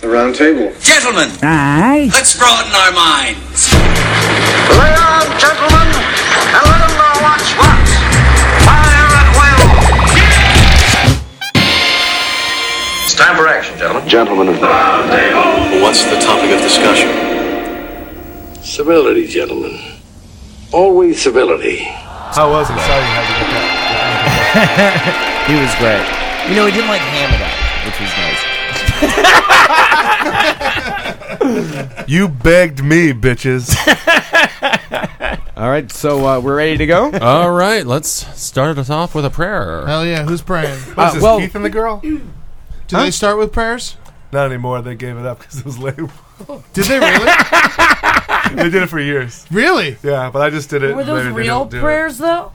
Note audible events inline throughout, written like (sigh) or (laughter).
The round table. Gentlemen, Aye. let's broaden our minds. Lay on, gentlemen, and let 'em know what's what. Fire at will. It's time for action, gentlemen. Gentlemen of the What's the topic of discussion? civility, gentlemen. Always civility. How was it? Sorry, you had to get that. He was great. You know, he (laughs) didn't like ham it up, which was nice. You begged me, bitches. All right, so uh, we're ready to go. (laughs) All right, let's start us off with a prayer. Hell yeah, (laughs) who's praying? Uh, What's this, well- Keith and the (clears throat) girl? (laughs) Do they start with prayers? Not anymore. They gave it up because it was lame. Did they really? (laughs) they did it for years. really? Yeah, but I just did it. Were and those later they real don't do it. prayers though?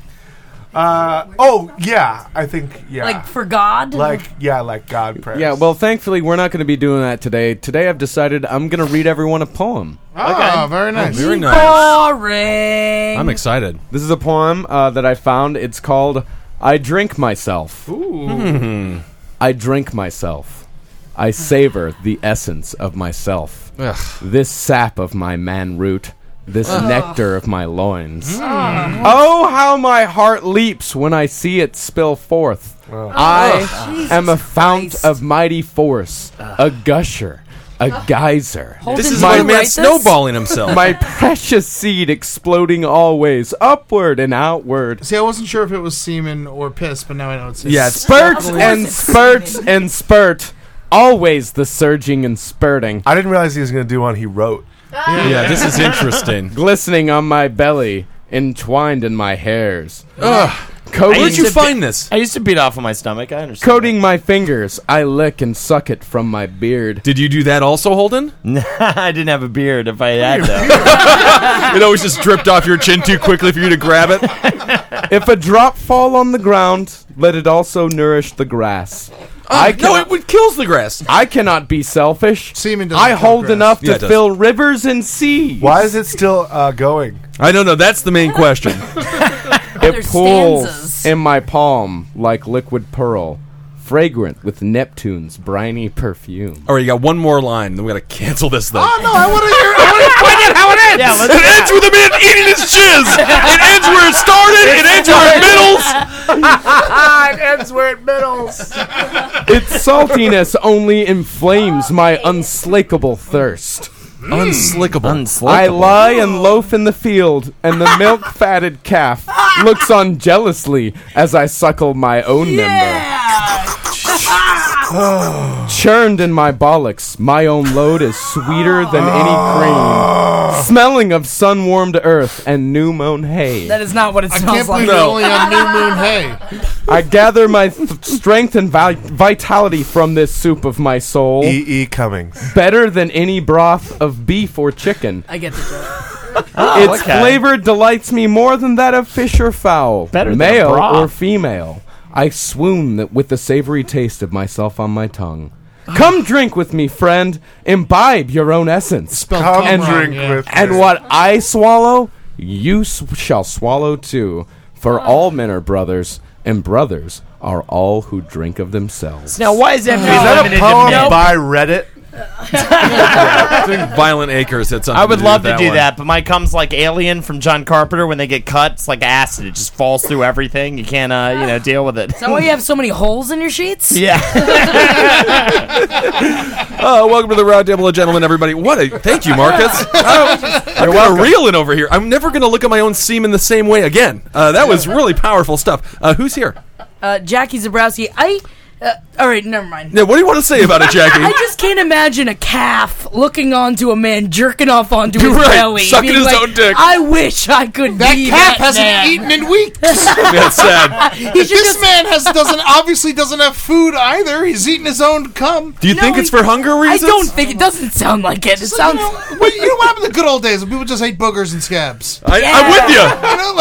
Uh, oh, yeah. I think, yeah. Like for God? like yeah, like God prayers. yeah, well, thankfully, we're not going to be doing that today. Today, I've decided I'm going to read everyone a poem. Oh, very nice. Very nice. boring. (laughs) I'm excited. This is a poem uh, that I found. It's called I Drink Myself. Hmm. I drink myself. I savor the essence of myself. Ugh. This sap of my man root. This nectar of my Hmm. loins. Oh, how my heart leaps when I see it spill forth. I am a fount Christ. of mighty force, a gusher, a geyser. This Didn't is you my write man this? snowballing (laughs) himself. my precious seed exploding always, upward and outward. See, I wasn't sure if it was semen or piss, but now I know it's semen. Yeah, Of spurts course and it's spurts semen. and spurt. Always the surging and spurting. Ah. I didn't realize he was going to do one he wrote. yeah, this is interesting. Glistening on my belly, entwined in my hairs. Ugh. Coating, Where'd you find this? I used to beat off on my stomach. I understand. coating my fingers, I lick and suck it from my beard. Did you do that also, Holden? (laughs) I didn't have a beard. If I had (laughs) though, It always just dripped off your chin too quickly for you to grab it. (laughs) If a drop fall on the ground, let it also nourish the grass. I Uh, no, cannot, it, it kills the grass. I cannot be selfish. Semen doesn't I kill hold grass. enough Yeah, it to does. fill rivers and seas. Why is it still uh, (laughs) going? I don't know. That's the main question. Other It pools stanzas. in my palm like liquid pearl, fragrant with Neptune's briny perfume. All right, you got one more line. Then we gotta cancel this thing. Oh, no, I want to hear I (laughs) wanna- yeah. It Let's, ends with a man eating his jizz. It ends where it started. It ends where it middles. (laughs) (laughs) Its saltiness only inflames my unslakable thirst. Unslickable. I lie and loaf in the field, and the milk fatted calf looks on jealously as I suckle my own member. Churned in my bollocks, my own load is sweeter than any cream. Smelling of sun warmed earth and new mown hay. That is not what it I smells can't like. believe you're only on New (laughs) Moon Hay. I gather my th- strength and vi- vitality from this soup of my soul, E. E. Cummings. better than any broth of beef or chicken. I get the joke. its Oh, okay. flavor delights me more than that of fish or fowl, Better than male a broth. or female. I swoon that with the savory taste of myself on my tongue. Come drink with me, friend. Imbibe your own essence, Spelled Come cum wrong, drink yeah. with and what I swallow, you s- shall swallow too. For all men are brothers, and brothers are all who drink of themselves. now, why is that? Is that a poem Nope. by Reddit? I think Violent Acres had something. I would do love with to do one. that, but my cum's like Alien from John Carpenter when they get cut. It's like acid; it just falls through everything. You can't, uh, you know, deal with it. Is that why you have so many holes in your sheets? Yeah, Oh, welcome to the Round Table of Gentlemen, everybody. What a thank you, Marcus. (laughs) (laughs) Oh, You're kind of reeling over here. I'm never going to look at my own semen the same way again. Uh, that was really powerful stuff. Uh, who's here? Uh, Jackie Zabrowski, I. Uh, all right, never mind. Yeah, what do you want to say about it, (laughs) Jackie? I just can't imagine a calf looking onto a man jerking (laughs) off onto his Right, belly, sucking being his like, own dick. I wish I could That be calf that hasn't man. eaten in (laughs) weeks. That's sad. (laughs) He should this just- man has doesn't obviously doesn't have food either. He's eating his own cum. Do you No, think it's he- for hunger I reasons? don't think it doesn't sound like it. It So, you sounds. know, what, you know what happened in the good old days when people just ate boogers and scabs? I, am with you. You know,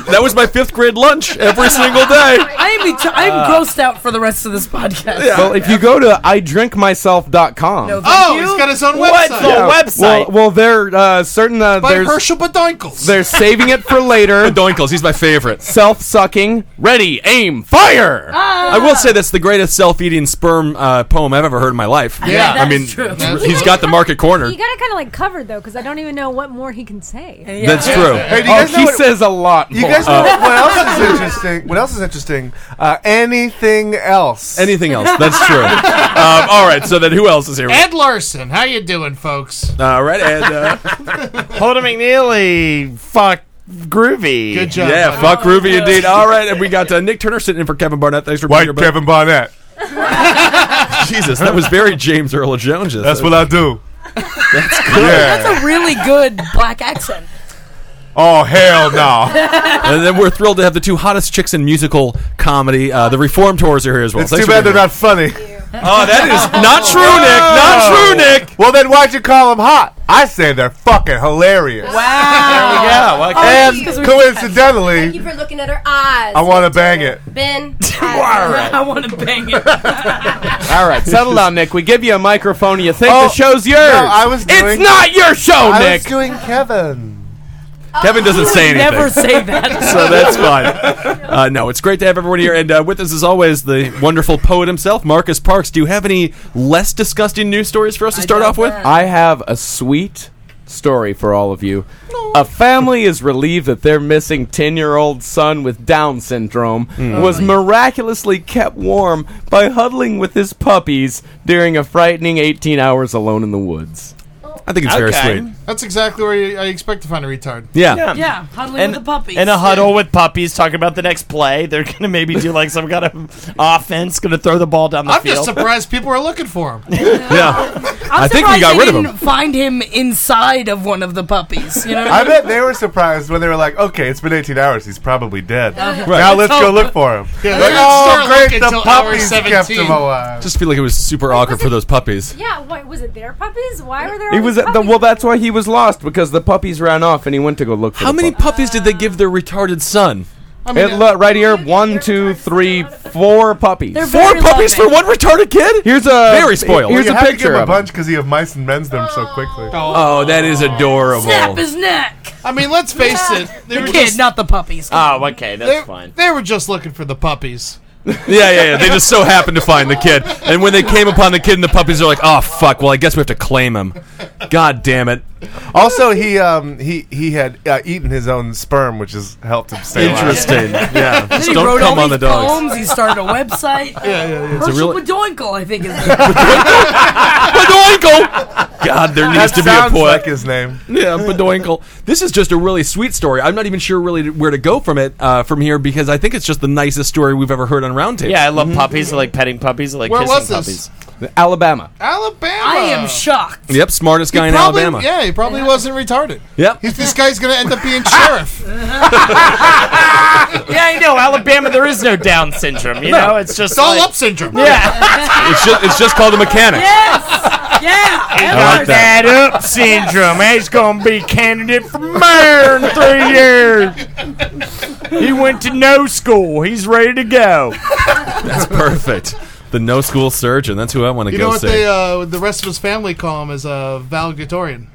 like- (laughs) that was my fifth grade lunch every single day. I am bet- I'm Ah. grossed out for the rest of this podcast. Well, if you go to idrinkmyself.com. No, thank Oh, you. he's got his own What's website. the Well, website? well, they're uh, certain uh, By there's Herschel Badoinkles. they're saving it for later. (laughs) Doinkles, he's my favorite. Self-sucking. Ready, aim, fire. Ah. I will say that's the greatest self-eating sperm uh, poem I've ever heard in my life. Yeah. I That's mean, true. (laughs) he's got the market corner. You got it kind of like covered though, because I don't even know what more he can say. That's true. Hey, do you oh, guys know he what, says a lot. you more. guys know what (laughs) else is interesting? What else is interesting? Uh, anything else? Anything else? That's true. um, all right. So then, who else is (laughs) here? Ed Larson, how you doing, folks? All right, Ed. Uh, (laughs) (laughs) Holden McNeely, fuck groovy. Good job. yeah, fuck Ruby indeed. All right, and we got uh, Nick Turner sitting in for Kevin Barnett. Thanks for being here, bud. Barnett. Jesus, that was very James Earl Jones. That's I (laughs) do. (laughs) That's a really good black accent. (laughs) Oh hell no! And then we're thrilled to have the two hottest chicks in musical comedy. Uh, the Reform Tours are here as well. it's Thanks too for bad they're being not funny. here. Oh, that is (laughs) not true, Nick. Not true, Nick. Well, then why'd you call them hot? I say they're fucking hilarious. (laughs) Wow. Yeah. Well, And just 'cause we- Thank you coincidentally, for looking at her eyes. I want to bang it. (laughs) Ben. I want to (laughs) bang it. All right, settle down, Nick. We give you a microphone. You think Oh, the show's yours? I was it's doing- not your show, I Nick. was doing Kevin. Kevin doesn't say anything. Oh. Never say that. (laughs) so that's fine. Uh, no, it's great to have everyone here. And uh, with us, as always, the wonderful poet himself, Marcus Parks. Do you have any less disgusting news stories for us to start off with? I have a sweet story for all of you. A family is relieved that their missing 10 year old son with Down syndrome Hmm. was miraculously kept warm by huddling with his puppies during a frightening 18 hours alone in the woods. I think it's very Okay. sweet. That's exactly where I expect to find a retard. Yeah. Yeah, huddling with the puppies. In a huddle with puppies, talking about the next play. They're gonna maybe do like some (laughs) kind of offense, gonna throw the ball down the I'm field. (laughs) just surprised people are looking for him. Yeah. I'm I think we surprised got they rid of didn't him. Find him inside of one of the puppies. You know, what I I mean? bet they were surprised when they were like, "Okay, it's been 18 hours. He's probably (laughs) dead. Now Let's let's go hope. look for him." Yeah, Like, they (laughs) didn't oh, start great! looking The till hour puppies kept 17. him alive. Just feel like it was super awkward for those puppies. Yeah, what was it? Their puppies? Why were there? He all was these at the, puppies? well, that's why he was lost because the puppies ran off and he went to go look for How the many puppies. puppies did they give their retarded son? I mean, It, lo- right here, one, two, three, four puppies. They're Four very puppies loving. for one retarded kid? Here's a Very spoiled. Here's you a have to picture give him a of 'em. bunch because he have mice and mends them so quickly. Oh, that is adorable. Snap his neck. I mean, let's face it. They The were kid, just, not the puppies. oh, okay, that's they, fine. they were just looking for the puppies. (laughs) Yeah, yeah, yeah. They just so happened to find the kid. And when they came upon the kid and the puppies, they're like, oh, fuck. Well, I guess we have to claim him. God damn it. Also, he um he he had uh, eaten his own sperm, which has helped him stay alive. (laughs) Interesting. Yeah. Then Just he don't wrote come all on the these dogs. poems. He started a website. yeah, yeah, yeah. Herschel really- Badoinkle, I think is. the- Badoinkle! God, there That needs to be a sounds poet. like his name. yeah, Badoinkle. This is just a really sweet story. I'm not even sure really where to go from it uh, from here because I think it's just the nicest story we've ever heard on Roundtable. Yeah, I love puppies. I like petting puppies. I like Where kissing was this? puppies. Alabama. Alabama. I am shocked. Yep, smartest guy in Probably- Alabama. Yeah, he probably wasn't retarded. Yep. He's, this guy's gonna end (laughs) up being sheriff. Yeah, I know. Alabama, there is no Down syndrome. You know, it's just It's all like- up syndrome. Yeah, It's just, it's just called the mechanic. Yes. Yeah. I like that. that up syndrome. He's gonna be candidate for mayor in three years. He went to no school. He's ready to go. That's perfect. The no school surgeon. That's who I want to You go know what see. they, uh, the rest of his family call him is a uh, valedictorian.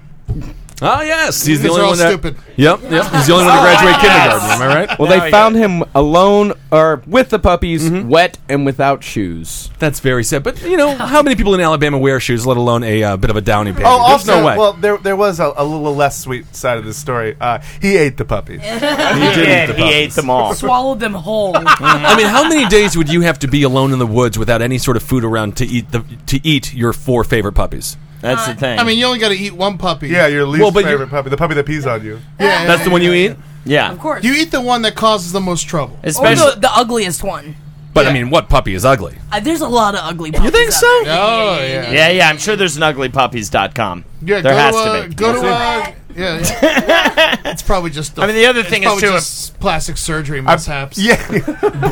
Oh yes, he's the Because only they're all one. That, stupid. Yep, yep. He's the only Ah. one to graduate kindergarten. Am I right? Well, Now they I found him alone or with the puppies, Mm-hmm. wet and without shoes. That's very sad. But you know, how many people in Alabama wear shoes, let alone a uh, bit of a downy pig? Oh, There's also, no way. well, there there was a, a little less sweet side of this story. Uh, he ate the (laughs) puppies. he He did eat did. the He ate puppies. them all. Swallowed them whole. (laughs) I mean, how many days would you have to be alone in the woods without any sort of food around to eat the to eat your four favorite puppies? That's the thing. Uh, I mean, you only got to eat one puppy. Yeah, your least Well, but favorite you- puppy, the puppy that pees on you. yeah, That's the one you eat. yeah, Of course. You eat the one that causes the most trouble. or especially the, the ugliest one. But I mean, what puppy is ugly? Uh, there's a lot of ugly puppies. You think out so? Oh yeah, Yeah, yeah, I'm sure there's an uglypuppies.com. Yeah, there go has to, to, uh, be. Go to uh, yeah, (laughs) yeah. it's probably just. I mean, the other it's thing is, probably too, just plastic surgery mishaps. Yeah, (laughs)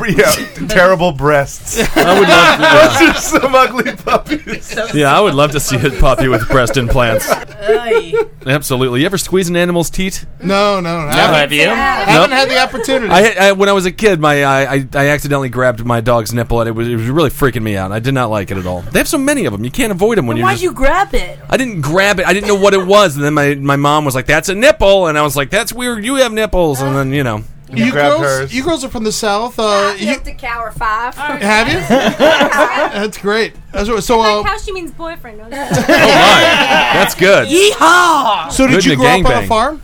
(laughs) yeah, terrible (laughs) breasts. I would love. To, Those are some ugly puppies. (laughs) yeah, I would love to see a puppy with breast implants. Absolutely. You ever squeeze an animal's teat? No, no, no. have you? Haven't had the opportunity. I, I when I was a kid, my I, I I accidentally grabbed my dog's nipple and it was it was really freaking me out. I did not like it at all. They have so many of them, you can't avoid them when you're. Why'd just- you grab it? I didn't grab it. I didn't know what it was, and then my my mom was like, "That's a nipple," and I was like, "That's weird. You have nipples," and then you know. you girls, you girls are from the south. Uh, you, the cow or five. have you? (laughs) That's great. That's what- so, uh, Like how she means boyfriend. no? That's good. Yeehaw! So did Good you in a grow up on a gangbang. farm?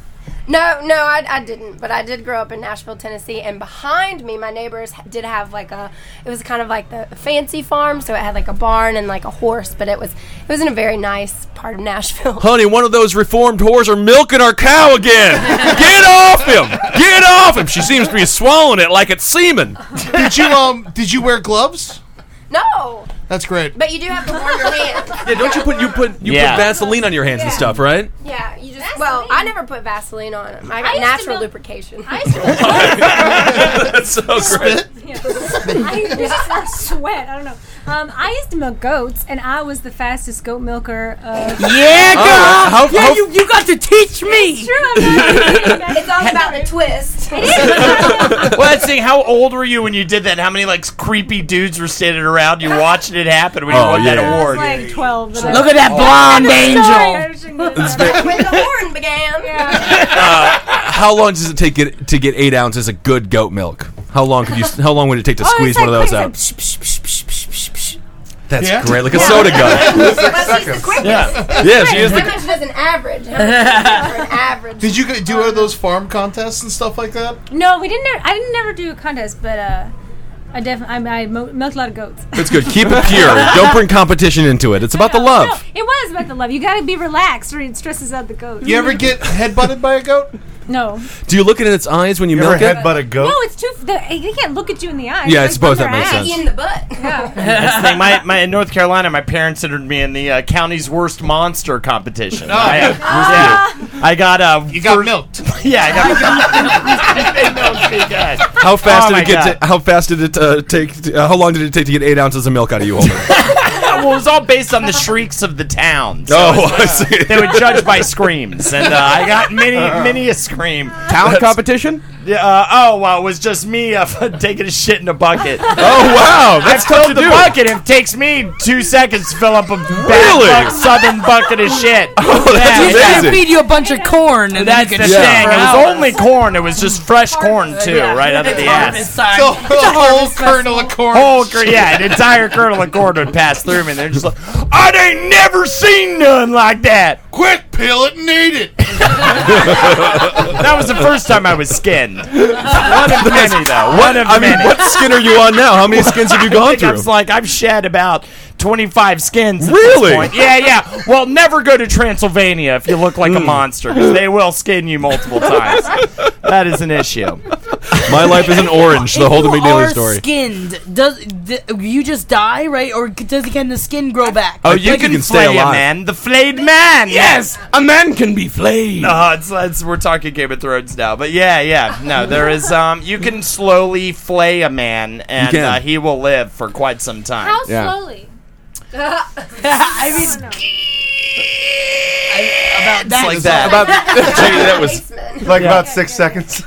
No, no, I, I didn't. But I did grow up in Nashville, Tennessee, and behind me, my neighbors ha- did have like a. It was kind of like the fancy farm, so it had like a barn and like a horse, but it was it was in a very nice part of Nashville. (laughs) Honey, one of those reformed whores are milking our cow again. Get off him! Get off him! She seems to be swallowing it like it's semen. Did you um? Did you wear gloves? No, That's great. but you do have to (laughs) warm your hands. Yeah, don't you put you put you Yeah. put Vaseline on your hands and stuff, right? Yeah, you just well, I never put Vaseline on them. I got natural lubrication. I used to That's so great. (laughs) (laughs) I it's just like sweat. I don't know. Um, I used to milk goats, and I was the fastest goat milker. (laughs) Of Yeah, Ah, girl. How- how- yeah, how- you, you got to teach me. it's (laughs) all about the twist. (laughs) well, that's the thing. How old were you when you did that? How many like creepy dudes were standing around you watching it happen when you Oh, won yeah. that (laughs) award? like twelve. but I- Look at Oh. that blonde (laughs) (laughs) angel. when the horn began. Uh, How long does it take it to get eight ounces of good goat milk? How long could you? How long would it take to (laughs) Oh, squeeze it's one of like those out? quick, it's like That's Yeah. great, like a Yeah. soda Well, gun. (laughs) she's the quickest. Yeah. Yeah, she is the- How much does an average? How much for an average? Did you g- do one of those farm contests and stuff like that? No, we didn't. ever- I didn't never do a contest, but uh, I definitely I, I mo- milked a lot of goats. That's good. Keep (laughs) it pure. Don't bring competition into it. It's about the No, love. it was about the love. You gotta be relaxed, or it stresses out the goat. You ever get headbutted by a goat? No. Do you look it in its eyes when you, milk it? headbutt a No, it's too. The, they can't look at you in the eye. Yeah, I suppose that makes sense. In the butt. Yeah. That's the thing. My, my in North Carolina, my parents entered me in the uh, county's worst monster Oh. competition. I, (laughs) uh, Ah. yeah. I got uh, you got milked. (laughs) yeah, I got They milked me good. (laughs) How fast Oh did it my get? God. To, how fast did it uh, take? To, uh, how long did it take to get eight ounces of milk out of you? Holden? (laughs) well, it was all based on the shrieks of the town. (laughs) So Oh, it's, uh, I see. They would judge (laughs) by screams, and uh, I got many, many a scream. Town competition? Yeah. Uh, oh, well, it was just me uh, (laughs) taking a shit in a bucket. (laughs) Oh, wow, that's I tough filled to the do. bucket. It takes me two seconds to fill up a bad Really? buck southern bucket of (laughs) shit. Oh, You gotta feed you a bunch of corn, and That's then the you can thing. It was only corn. It was just fresh corn too, right out of the ass. So, a whole kernel of corn. Whole, cur- yeah, an entire kernel of corn would pass through me, and they're just like, "I ain't never seen none like that." Quick, peel it and eat it. that was the first time I was skinned. One of many, though. One of I mean, many. what skin are you on now? How many skins have you I gone think I was through? like, I've shed about 25 skins. at this Really? point. Yeah, yeah. Well, never go to Transylvania if you look like Hmm. a monster, because they will skin you multiple times. that is an issue. My life is an orange. The Holden You McNeely are story. skinned. Does d- you just die, right? Or c- does can the skin grow back? Oh, I think flay a man, the flayed man. Yes, a man can be flayed. No, it's, it's we're talking Game of Thrones now, but yeah, yeah. No, there is. Um, you can slowly flay a man, and can. uh, he will live for quite some time. How yeah. (laughs) slowly? I mean, about that. like that. About, (laughs) that was like Yeah. about six (laughs) seconds.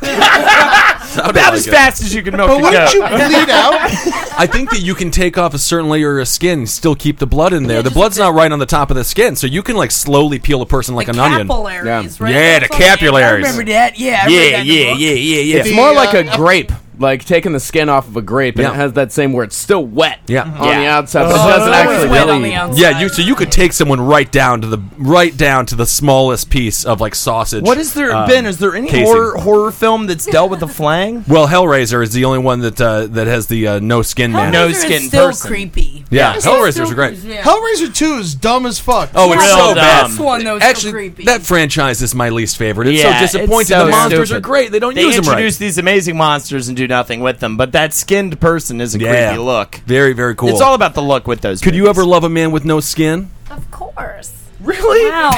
About like as it. fast as you can milk But the wouldn't goat. you bleed I think that you can take off a certain layer of skin, still keep the blood in there. the blood's not right on the top of the skin, so you can like slowly peel a person like an onion. Capillaries, yeah. right? Yeah, the That's what- I capillaries. remember that. Yeah, I read that in the book. yeah. It's more like a grape, like taking the skin off of a grape, and Yeah. it has that same where it's still wet Yeah. Oh, on the outside, but it doesn't actually bleed. Yeah, you so you could take someone right down to the right down to the smallest piece of like sausage. What is there um, Ben? Is there any casing. horror, horror film that's dealt with the flaying? Well, Hellraiser is the only one that uh, that has the uh, no skin man. No Hellraiser is skin Still creepy. Yeah, Hellraisers are great. Hellraiser 2 is dumb as fuck. Oh, it's so bad. This one though is so Actually, creepy. that franchise is my least favorite. It's Yeah, so disappointing. it's so the monsters stupid. are great. They don't use them right. introduce these amazing monsters and do nothing with them, but that skinned person is a Yeah. creepy look. Very, very cool. It's all about the look (laughs) with those. Could you ever love a man with no skin? Of course. Really? (laughs) How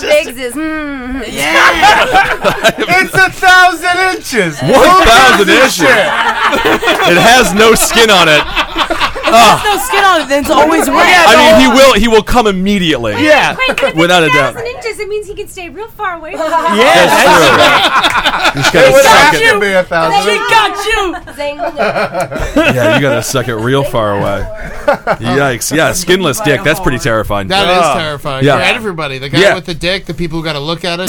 big's is? Hmm. it's a thousand inches. One thousand inches. it has no skin on it. If there's no skin on it, then it's always wet. I mean, he will will. He will come immediately. Yeah. Wait, but if without a it's doubt. 1,000 inches, it means he can stay real far away. From That's (laughs) true. You just gotta suck it. a thousand. She got you. yeah, you gotta suck it real far away. Yikes! Yeah, skinless dick. That's pretty terrifying. That is terrifying uh, Yeah. for everybody. The guy Yeah. Hmm. with the dick, the people who got to (laughs) look at it,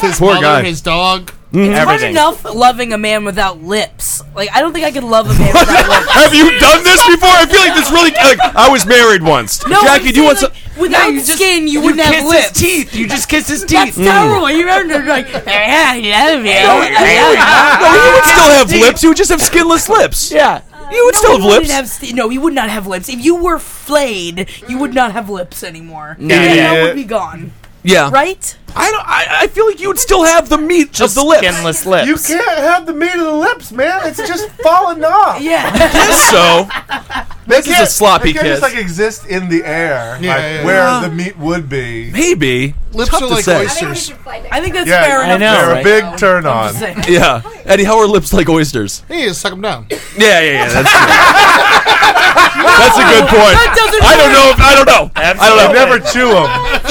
his Poor mother, guy. his dog. Mhm. It's hard enough loving a man without lips. Like I don't think I could love a man without lips. Have you done this before? I feel like this really. Like, I was married once. No, Jackie, do you want some? Without skin, you wouldn't have kiss his lips. teeth. You just kiss his That's teeth. terrible. You remember like, (laughs) yeah, I love you. No, he would still (laughs) have lips. He would just have skinless lips. Yeah. You would No, still he have wouldn't lips. have st- no, he would not have lips. If you were flayed, you would not have lips anymore. No. And Yeah. that would be gone. Yeah. Right? I don't. I, I feel like you would still have the meat of the lips. Skinless lips. You can't have the meat of the lips, man. It's just falling off. Yeah. so. They This is a can't- sloppy they can't kiss. just like exist in the air, Yeah, like, yeah, yeah. where Yeah. the meat would be. Maybe. Lips Tough are to like say. oysters. I think that's Yeah, fair I enough. know, to right? say, They're a though. big turn I'm on. just saying. Yeah. Eddie, how are lips like oysters? He just suck him down. Yeah, yeah, yeah. (laughs) That's true. that's a good point. That doesn't I don't know. If, I don't know. I don't know. Never chew them.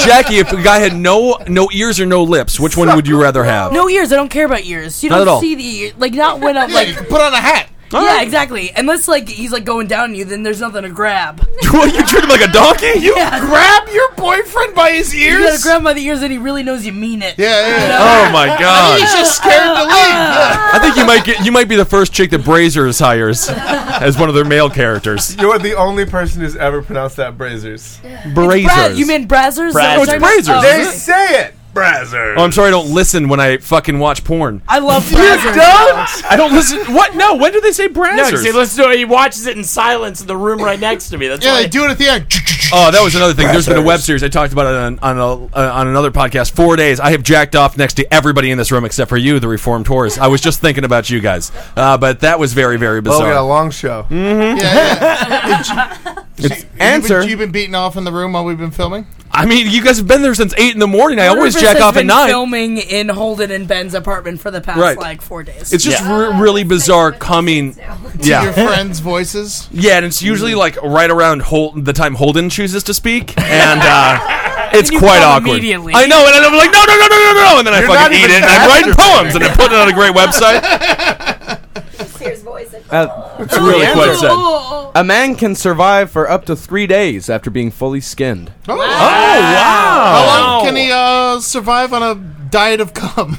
Jackie, if a guy had no no ears or no lips, which one would you rather have? No ears. I don't care about ears. You Not don't at all. see the ear. Like not when I'm like put on a hat. Yeah, exactly. Unless like he's like going down on you, then there's nothing to grab. what, you treat him (laughs) like a donkey? You grab your boyfriend by his You ears. gotta grab by the ears, then he really knows you Uh, mean it. Yeah, yeah. Oh my god! He's just scared to leave. uh, I think you might get you might be the first chick that Brazers hires as one of their male characters. You're the only person who's ever pronounced that Brazers. Brazers. Bra- you mean brazzers? Is that Brazzers. what No, it's you're talking about? brazzers. Oh, They okay. say it, Brazzer. Oh, I'm sorry. I don't listen when I fucking watch (laughs) porn. I love You brazzers. don't? I don't listen. What? No. When do they say No, Brazers? see, listen to it. He watches it in silence in the room right next to me. That's Yeah, why. they do it at the end. Oh, that was another thing. There's been a web series I talked about it on on, a, uh, on another podcast. Four days, I have jacked off next to everybody in this room except for you, the reformed whores. I was just thinking about you guys, uh, but that was very very Oh, we got a bizarre. long show. Yeah, yeah. It's You've answer. been, you've been beating off in the room while we've been filming. I mean, you guys have been there since eight in the morning. I always Rivers jack has off at been nine. Filming in Holden and Ben's apartment for the past Right. like four days. It's just re- really bizarre coming. (laughs) To your Yeah. friends' voices. Yeah, and it's Mm. usually like right around Hol- the time Holden chooses to speak, (laughs) and uh, it's you quite come awkward. immediately. I know, and I'm like, no, no, no, no, no, no, no, and then I You're not fucking eat even it, and I'm writing poems, and I'm putting it on a great (laughs) website. That's really quite said. Oh. A man can survive for up to three days after being fully skinned. Oh, wow! How long can he uh, survive on a diet of cum?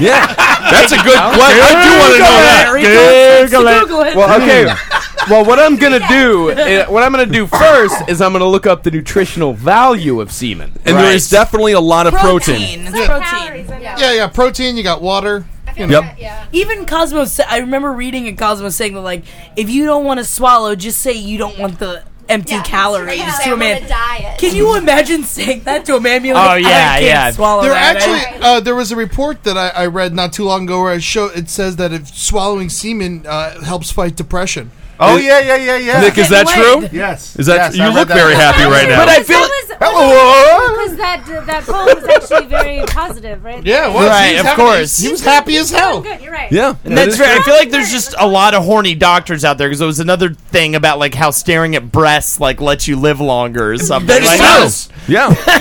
Yeah, (laughs) that's a good question. I do want to know that. Google it. Google it. Well, okay. Hmm. Well, what I'm gonna do, uh, what I'm gonna do first is I'm gonna look up the nutritional value of semen. And there is definitely a lot of protein. protein. It's Yeah. protein. Yeah, yeah. Protein. You got water. You know. Yep. Even Cosmo, sa- I remember reading in Cosmo saying that like, if you don't want to swallow, just say you don't want the empty calories Say to a I'm on man. a diet. Can you imagine saying that to a man? Being like, Oh, I yeah, can't yeah. Swallow There that. I- actually, uh, there was a report that I, I read not too long ago where I show it says that if swallowing semen uh, helps fight depression. Oh yeah, yeah, yeah, yeah. Nick, is that true? yes. Is that Yes, I you read look that. very happy right now? But I feel (laughs) Hello. Because that uh, that poem was actually very positive, right? Yeah, it was. Right, He was of happy- course. He was happy as Oh, hell. good. You're right. yeah, And that's right. I feel like there's just a lot of horny doctors out there because there was another thing about like how staring at breasts like lets you live longer or something. That is Like, true. oh,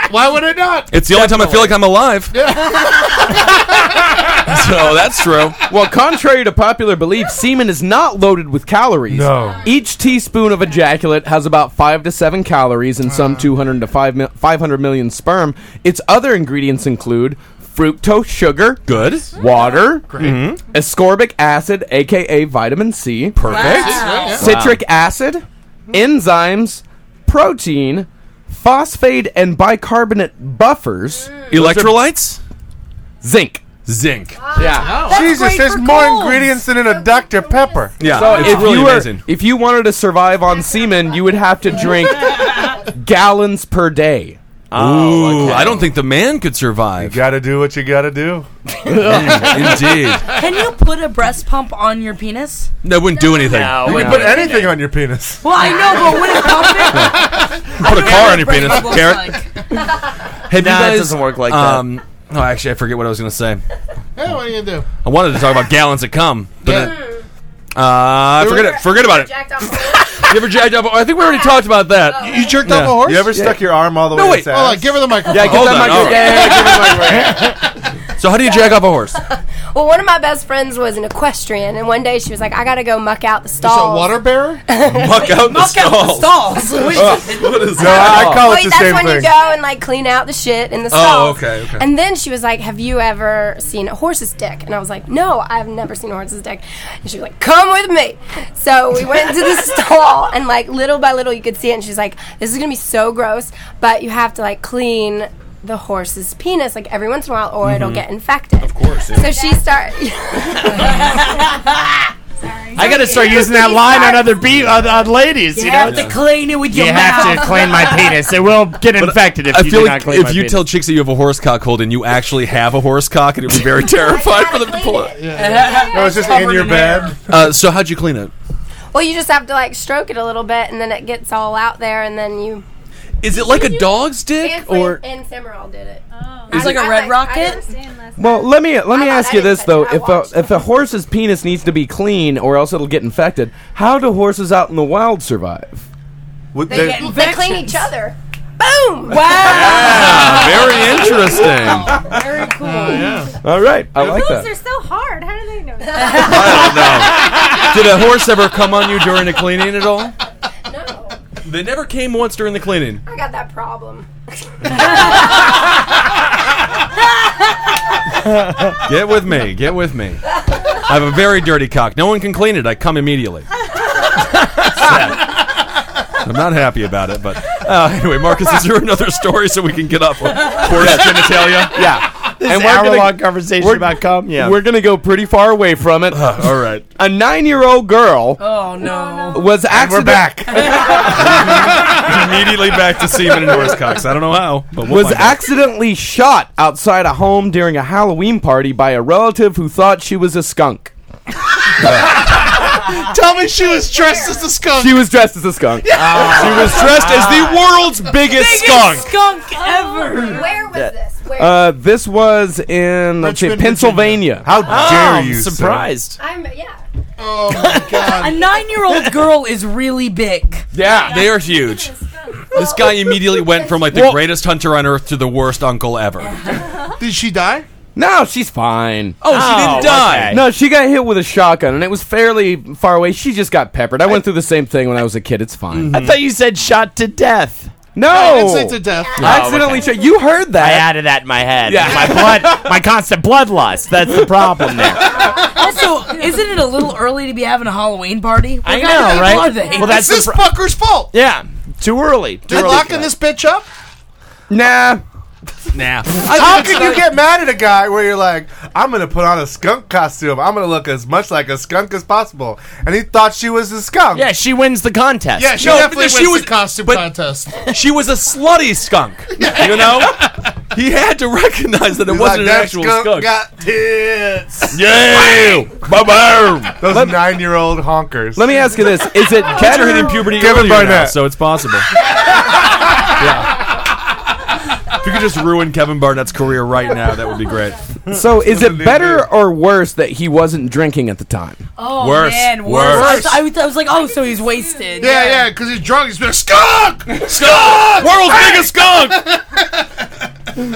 Yeah, Why would (laughs) it not? it's the only time I feel like I'm alive. (laughs) so that's true. Well, contrary to popular belief, semen is not loaded with calories. No. Each teaspoon of ejaculate has about 5 to 7 calories and some 200 to 5 mil- 500 million sperm. Its other ingredients include fructose sugar, Good. water, mm-hmm, ascorbic acid, aka vitamin C, Perfect. citric acid, enzymes, protein, phosphate and bicarbonate buffers, Electrolytes, zinc. zinc. Yeah. Jesus, great there's for more colds. ingredients than in a Dr Pepper. Yeah, So it's if really you were, amazing. if you wanted to survive on semen, you would have to (laughs) drink gallons per day. Ooh, I don't think the man could survive. Mm, Got to do what Oh, you got to (laughs) do. Indeed. (laughs) Can you put a breast pump on your penis? That wouldn't do anything. No, You wait, can put anything on your penis. Well, I know, but would it pump it? Put a car on your penis, Garrett. (laughs) Have Nah, it doesn't work like that. um, No, actually, I forget what I was going to say. Yeah, what are you gonna do? I wanted to talk about gallons of cum, but Yeah. then- uh, forget it. Forget about it. (laughs) Jacked off. You ever jacked up? I think we already talked about Oh. that. You jerked off a horse? You ever stuck your arm all the way No in wait. its ass? Hold on, give her (laughs) the microphone. Yeah, get Hold that on, microphone. all right. So how do you jack off a horse? (laughs) Well, one of my best friends was an equestrian, and one day she was like, "I gotta go muck out the Just stalls." a (laughs) water bearer? Muck out the stalls. (laughs) Uh, what is No, I- I call it Wait, the that's same when you thing. go and like clean out the shit in the Oh, stalls. okay, okay. And then she was like, "Have you ever seen a horse's dick?" And I was like, "No, I've never seen a horse's dick." And she was like, "Come with me." So we went to the (laughs) stall, and like little by little, you could see it. And she's like, "This is gonna be so gross, but you have to like clean." The horse's penis, like every once in a while, or it'll Mhm. get infected. Of course. So she started. I got to start using that line on other be- on, on ladies. You, You know? have to clean it with You your have mouth. to clean my penis. It will get infected if I you feel do like not clean my if you (laughs) penis. tell chicks that you have a horse cock hold and you actually have a horse cock, it'd (laughs) be very terrifying (laughs) for them to pull it. No, it's just in your bed. Uh, so how'd you clean it? (laughs) Well, you just have to like stroke it a little bit, and then it gets all out there, and then you. Is it like a dog's dick It's or? like- and Cimarol did it. Oh. It's like a (laughs) red rocket. Well, let me let me ask you this though: if a, if a horse's penis needs to be clean, or else it'll get infected, how do horses out in the wild survive? Would They, get- they clean each other. Boom! very (laughs) interesting. (laughs) Very cool. All right, I like Hooves that. are so hard. How do they know? Did a horse ever come on you during a cleaning at all? No. They never came once during the cleaning. I got that (laughs) problem. Get with me. Get with me. I have a very dirty cock. No one can clean it. I come immediately. (laughs) Sad. I'm not happy about it, but uh, anyway, Marcus, is there another story so we can get off of horse genitalia? Yeah. This hour-long conversation about cum. Yeah. We're gonna go pretty far away from it. all right. A nine-year-old girl Oh no. was accident- (laughs) immediately back to semen and horse cocks. I don't know how, but was we'll find out. accidentally shot outside a home during a Halloween party by a relative who thought she was a skunk. Tell me she was dressed as a skunk. She was dressed as a (laughs) skunk. Ah. She was dressed as the world's biggest, skunk. ever. Oh, Where was this? Where? Uh, this was in let's see, Pennsylvania. How dare Oh, I'm you, sir. surprised. I'm yeah. Oh my a nine-year-old girl is really big. Yeah, they are huge. This guy immediately went from like the greatest hunter on earth to the worst uncle (laughs) ever. Did she die? No, she's fine. Oh, she didn't die. No, she got hit with a shotgun, and it was fairly far away. She just got peppered. I, went through the same thing when I was a kid. It's fine. I thought you said shot to death. No, I didn't say to death. I accidentally shot. You heard that? Oh. I added that in my head. Yeah. My blood, my constant blood loss. That's the problem there. Also, isn't it a little early to be having a Halloween party? What I kind of know, people right? Are they? Well, that's It's this fucker's fault. Yeah, too early. Too They early. (laughs) locking this bitch up? Nah. Nah. How can you get mad at a guy where you're like, I'm gonna put on a skunk costume. I'm gonna look as much like a skunk as possible, and he thought she was a skunk. Yeah, she wins the contest. Yeah, she No, definitely but wins she was- the costume but- contest. She (laughs) was a slutty skunk. You know? He had to recognize that it He's wasn't like, an "That actual skunk skunk. Got tits. (laughs) Yeah! Ba-boom! (laughs) Those nine-year-old honkers. Let me ask you this: Is (laughs) it Kids are better? hitting puberty Kevin earlier now, Barnett. so it's (laughs) possible. yeah. If you could just ruin Kevin Barnett's career right now, that would be great. So, is it better or worse that he wasn't drinking at the time? Oh Worse, man, worse. worse. I, was- I was, I was like, oh, so he's wasted. Yeah, yeah, because he's drunk. He's been like, skunk! Skunk! World's biggest skunk!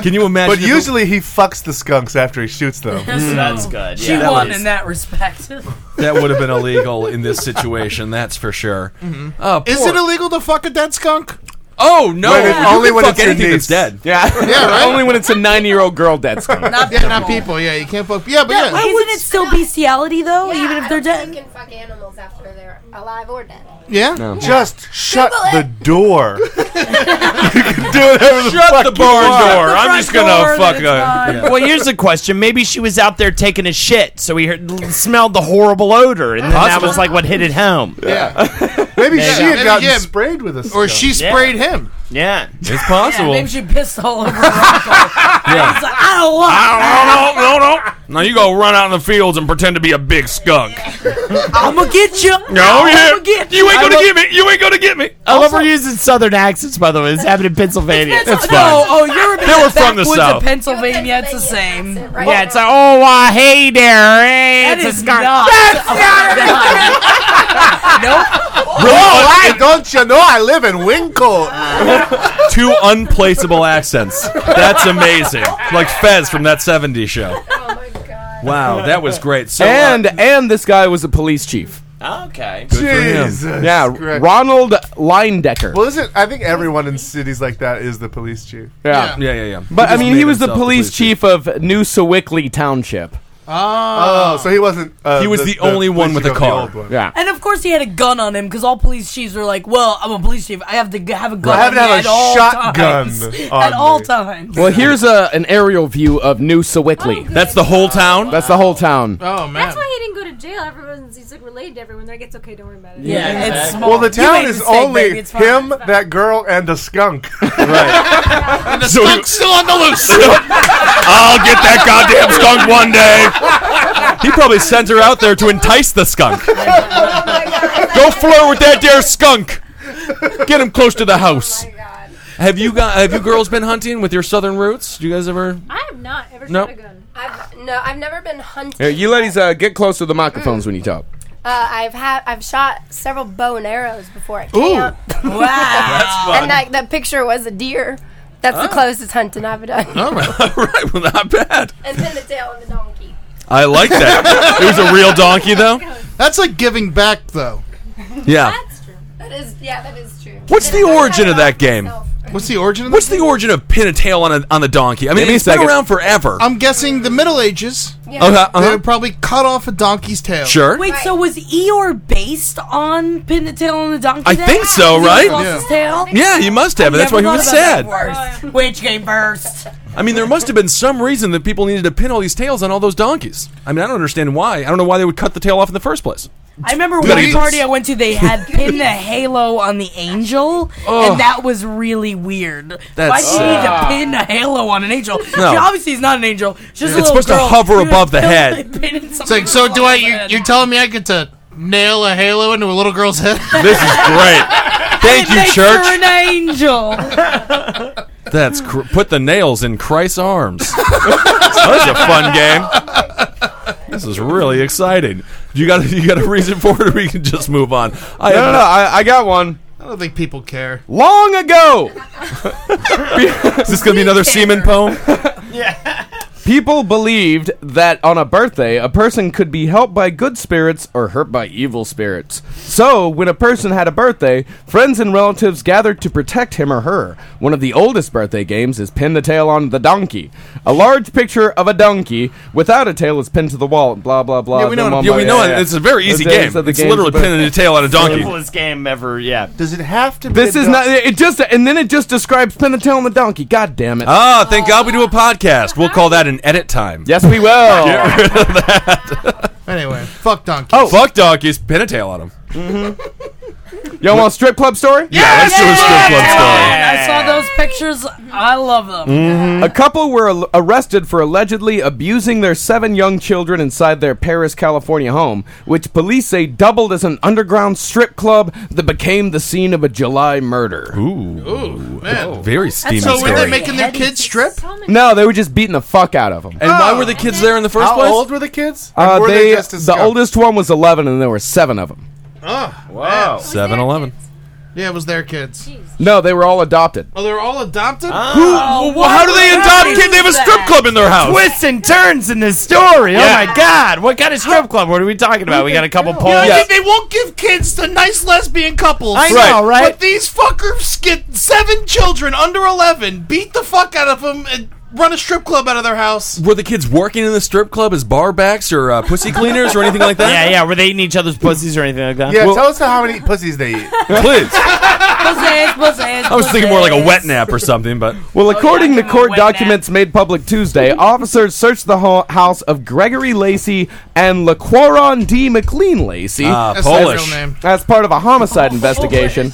Can you imagine? But usually he fucks the skunks after he shoots them. That's Hmm. good. She Yeah, that won was- in that (laughs) respect. That would have been illegal in this situation, that's for sure. Oh, Is poor- it illegal to fuck a dead skunk? Oh no! When it- You only can when fuck it's your anything niece. that's dead. Yeah, (laughs) Yeah, right? Only when it's a nine-year-old girl dead skunk. Not yeah, not people. Yeah, you can't fuck. Yeah, but yeah. Isn't it still bestiality though? even if they're dead. You can fuck animals after they're alive or dead. Yeah? Just shut Google the (laughs) door. you can do whatever the Shut fuck the you barn want. door. I'm just gonna fuck a. Well, here's the question. Maybe she was out there taking a shit, so he heard, smelled the horrible odor, and then that Possible. was like what hit it home. Maybe Yeah. she had Maybe gotten him. sprayed with a skunk. Or she Yeah. sprayed him. Yeah. It's Yeah, possible. maybe she pissed all over (laughs) her uncle. He's like, I don't want. I don't know, no, no. Now you go run out in the fields and pretend to be a big skunk. I'm gonna get you. No, I'm yeah. gonna get You ain't gonna I get me. You ain't gonna get me. I love her using southern accents, by the way. This happened in Pennsylvania. That's no, oh, you're a bit They were from the backwoods South. Of Pennsylvania, it's the same. Yeah, it's like, oh, why, hey there, eh. hey, (laughs) That (laughs) it's a is skunk. not- That's not- nope. why don't you know I live in Winkle? (laughs) Two unplaceable accents. That's amazing. Like Fez from that 70s show. Oh my god. (laughs) Wow, that was great. So uh, and and this guy was a police chief. Okay. Good for him. Jesus Yeah, Christ. Ronald Linedecker. Well, isn't I think everyone in cities like that is the police chief. Yeah. Yeah, yeah, yeah. But I just mean, made he was the himself the police chief of New Sewickley Township. Oh, so he wasn't. Uh, He was the only police one with chief a of the car. old one. (laughs) Yeah. And of course, he had a gun on him because all police chiefs are like, "Well, I'm a police chief. I have to g- have a gun. I have to on me have at a all shotgun times. on (laughs) at all times." Well, here's a, an aerial view of New Oh, Sewickley. That's the whole town. That's the whole Uh, town. Oh That's why he didn't go to jail. Everyone's he's like related to everyone. They're like, it's okay, don't worry about it. Yeah, it's small. Well, the You town made a is mistake, only baby, it's fine. him, that girl, and a skunk. (laughs) And the skunk's still on the (laughs) loose. (laughs) Oh I'll get that goddamn skunk one day. He probably sent her out there to entice the skunk. Go flirt with that dare skunk. Get him close to the house. Have you got? Have you girls been hunting with your southern roots? Do you guys ever? I have not ever Nope. shot a gun. I've, no, I've never been hunting. Here, you ladies, uh, get close to the microphones when you talk. Uh, I've had I've shot several bow and arrows before at Ooh. camp. wow, fun. And like that picture was a deer. That's the closest hunting I've done. (laughs) All right, all right. Well, not bad. And then the tail and the donkey. I like that. it was a real donkey, though. That's like giving back, though. (laughs) Yeah. That is, yeah, that is true. What's the origin of that game? What's the origin? of What's the origin of pin a tail on a on the donkey? I mean, Give me a it's been second. around forever. I'm guessing the Middle Ages. Yeah. Okay, uh-huh. They would probably cut off a donkey's tail. Sure. Wait, so was e-, Eeyore based on Pin the Tail on the Donkey? I then? think so, He right? lost Yeah. his tail? Yeah, you must have. I That's why he never was thought sad. about that first. Which came first? I mean, there must have been some reason that people needed to pin all these tails on all those donkeys. I mean, I don't understand why. I don't know why they would cut the tail off in the first place. I remember Gotta one eat party this. I went to, they had pinned the halo on the angel, Ugh. and that was really weird. That's Why did you need to sad. pin a halo on an angel? No. She obviously is not an angel. She's just a It's little supposed to girl. hover You're above the totally (laughs) head. pinning It's something like, so above do I? the You, head. you're telling me I get to nail a halo into a little girl's (laughs) head? This is great. Thank It you, makes church. her an angel. That's cr- put the nails in Christ's arms. That's a fun game. This is really exciting. You got you got a reason for it, or we can just move on. I No, no, no, I, I got one. I don't think people care. Long ago, Is this gonna be another semen poem? people believed that on a birthday, a person could be helped by good spirits or hurt by evil spirits. So, when a person had a birthday, friends and relatives gathered to protect him or her. One of the oldest birthday games is pin the tail on the donkey. A large picture of a donkey without a tail is pinned to the wall. Blah blah blah. Yeah, we know Then it- one yeah, by- we know it. It's a very easy The days game. of the It's games, literally but- pinning a tail on a donkey. Simplest game ever. Yeah. Does it have to? be This a is dun- not. It just and then it just describes pin the tail on the donkey. God damn it! Ah, (laughs) thank God we do a podcast. We'll call that an edit time. Yes, (laughs) we will. Get rid of that. Anyway, fuck donkeys. Oh, fuck donkeys. Pin a tail on them. Mm-hmm. Y'all want a strip club story? Yeah, let's do a strip club story. I saw those pictures. I love them. A couple were al- arrested for allegedly abusing their seven young children inside their Paris, California home, which police say doubled as an underground strip club that became the scene of a July murder. Ooh. Man. Very steamy So were story. they making their kids strip? No, they were just beating the fuck out of them. and why were the kids there in the first How place? old were the kids? Or Uh, were they, they just as the young? oldest one was 11, and there were seven of them. Oh, wow. 7 11. Yeah, it was their kids. No, they were all adopted. Oh, they were all adopted. Ah. Oh, Who, well, how do they adopt kids? They have a strip club in their house. Twists and turns in this story. Yeah. Oh my God! What kind of strip club? What are we talking about? We got a couple You know, polls. I think they won't give kids to nice lesbian couples. I know, Right. right? But these fuckers get seven children under eleven, beat the fuck out of them, and run a strip club out of their house. Were the kids working in the strip club as bar backs or uh, pussy cleaners or anything like that? Yeah, yeah. Were they eating each other's pussies or anything like that? Yeah, tell us how many pussies they (laughs) eat. Please. Pussies, pussies, I was thinking more like a wet nap or something, but Well, according to court documents made public Tuesday, officers searched the ho- house of Gregory Lacey and LaQuaron D. McLean Lacey. Ah, That's their Polish. real name. As part of a homicide investigation.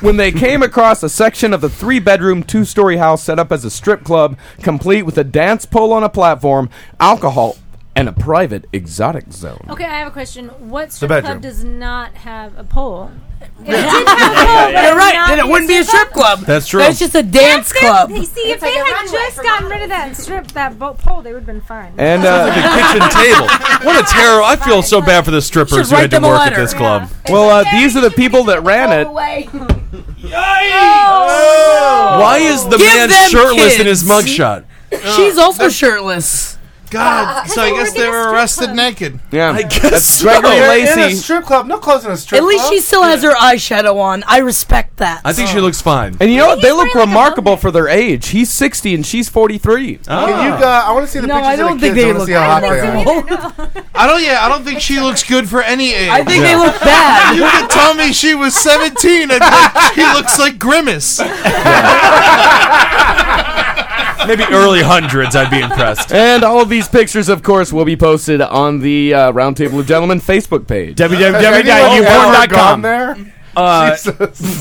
When they came across a section of the three bedroom, two story house set up as a strip club, complete with a dance pole on a platform, alcohol, and a private exotic zone. Okay, I have a question. What strip bedroom. (laughs) club does not have a pole? You're right. Then it wouldn't be a strip club. That's true. That's just a dance That's club. It. See, if they had just gotten rid of that strip, that boat pole, they would have been fine. And uh, like a kitchen table. What a terror! I feel so bad for the strippers who write had to them a work at letter. this club. well, uh, these are the people that ran it. Away. Oh, Why is the Give man them shirtless in his kids. mugshot? She's also shirtless. God, so I guess they were arrested naked. Yeah, I guess That's so. Gregory They're in Lacey. a strip club, no clothes in a strip At least club. she still has her eyeshadow on. I respect that. I think she looks fine. And you know what? They look remarkable for their age. He's 60 and she's 43. Ah. Can you, uh, I want to see the No, pictures I don't of the think kids. they I want to see look how hot good. they are. I don't. Yeah, I don't think she looks good for any age. I think they look bad. You could tell me she was seventeen. and she looks like grimace. Maybe early hundreds. I'd be impressed. (laughs) And all of these pictures, of course, will be posted on the uh, Roundtable of Gentlemen Facebook page. www.youporn.com. there? (laughs) Uh,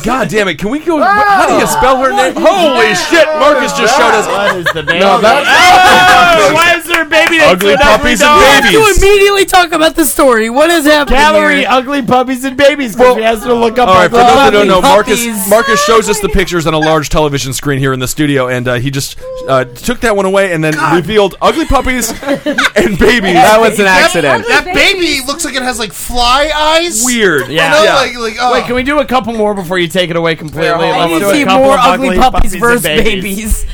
God damn it! Can we go? Ah. How do you spell her name? Holy shit! Marcus just showed us. What is the name? No, (laughs) Oh, why is there a baby that's Ugly an ugly puppies and dog? babies. You immediately talk about the story. What has happened? Gallery, here? ugly puppies and babies. Because we has to look up. All right, for ugly those that don't know, puppies. Marcus Marcus shows us the pictures on a large television screen here in the studio, and uh, he just uh, took that one away and then revealed ugly puppies and babies. That was an accident. That baby looks like it has like fly eyes. Weird. Yeah. Yeah. Like, like, oh. Wait, can we do a couple more before you take it away completely? Yeah, Let's I need do to a see couple more of ugly puppies and versus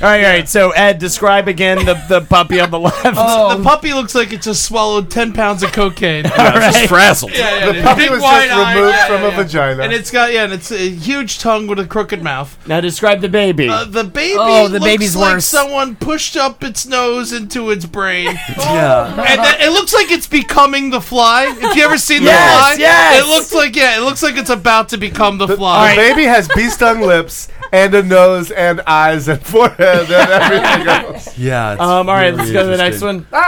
All right, all right. So Ed, describe again the, the puppy on the (laughs) left. Oh. The puppy looks like it just swallowed ten pounds of (laughs) cocaine. it's just frazzled. Yeah, yeah, The yeah. puppy Big was wide just eye, removed yeah, from yeah, a yeah. vagina. And it's got yeah, and it's a huge tongue with a crooked mouth. Now describe the baby. Uh, the baby Oh, the looks baby's like worse. someone pushed up its nose into its brain. yeah. And then it looks like it's becoming the fly. If you ever seen Yes, the fly, yes. it looks like yeah, it looks like it's about (laughs) to become the The fly. baby has bee stung lips and a nose and eyes and (laughs) forehead and everything else. Yeah. it's Um. All right, let's really go to the next interesting. one.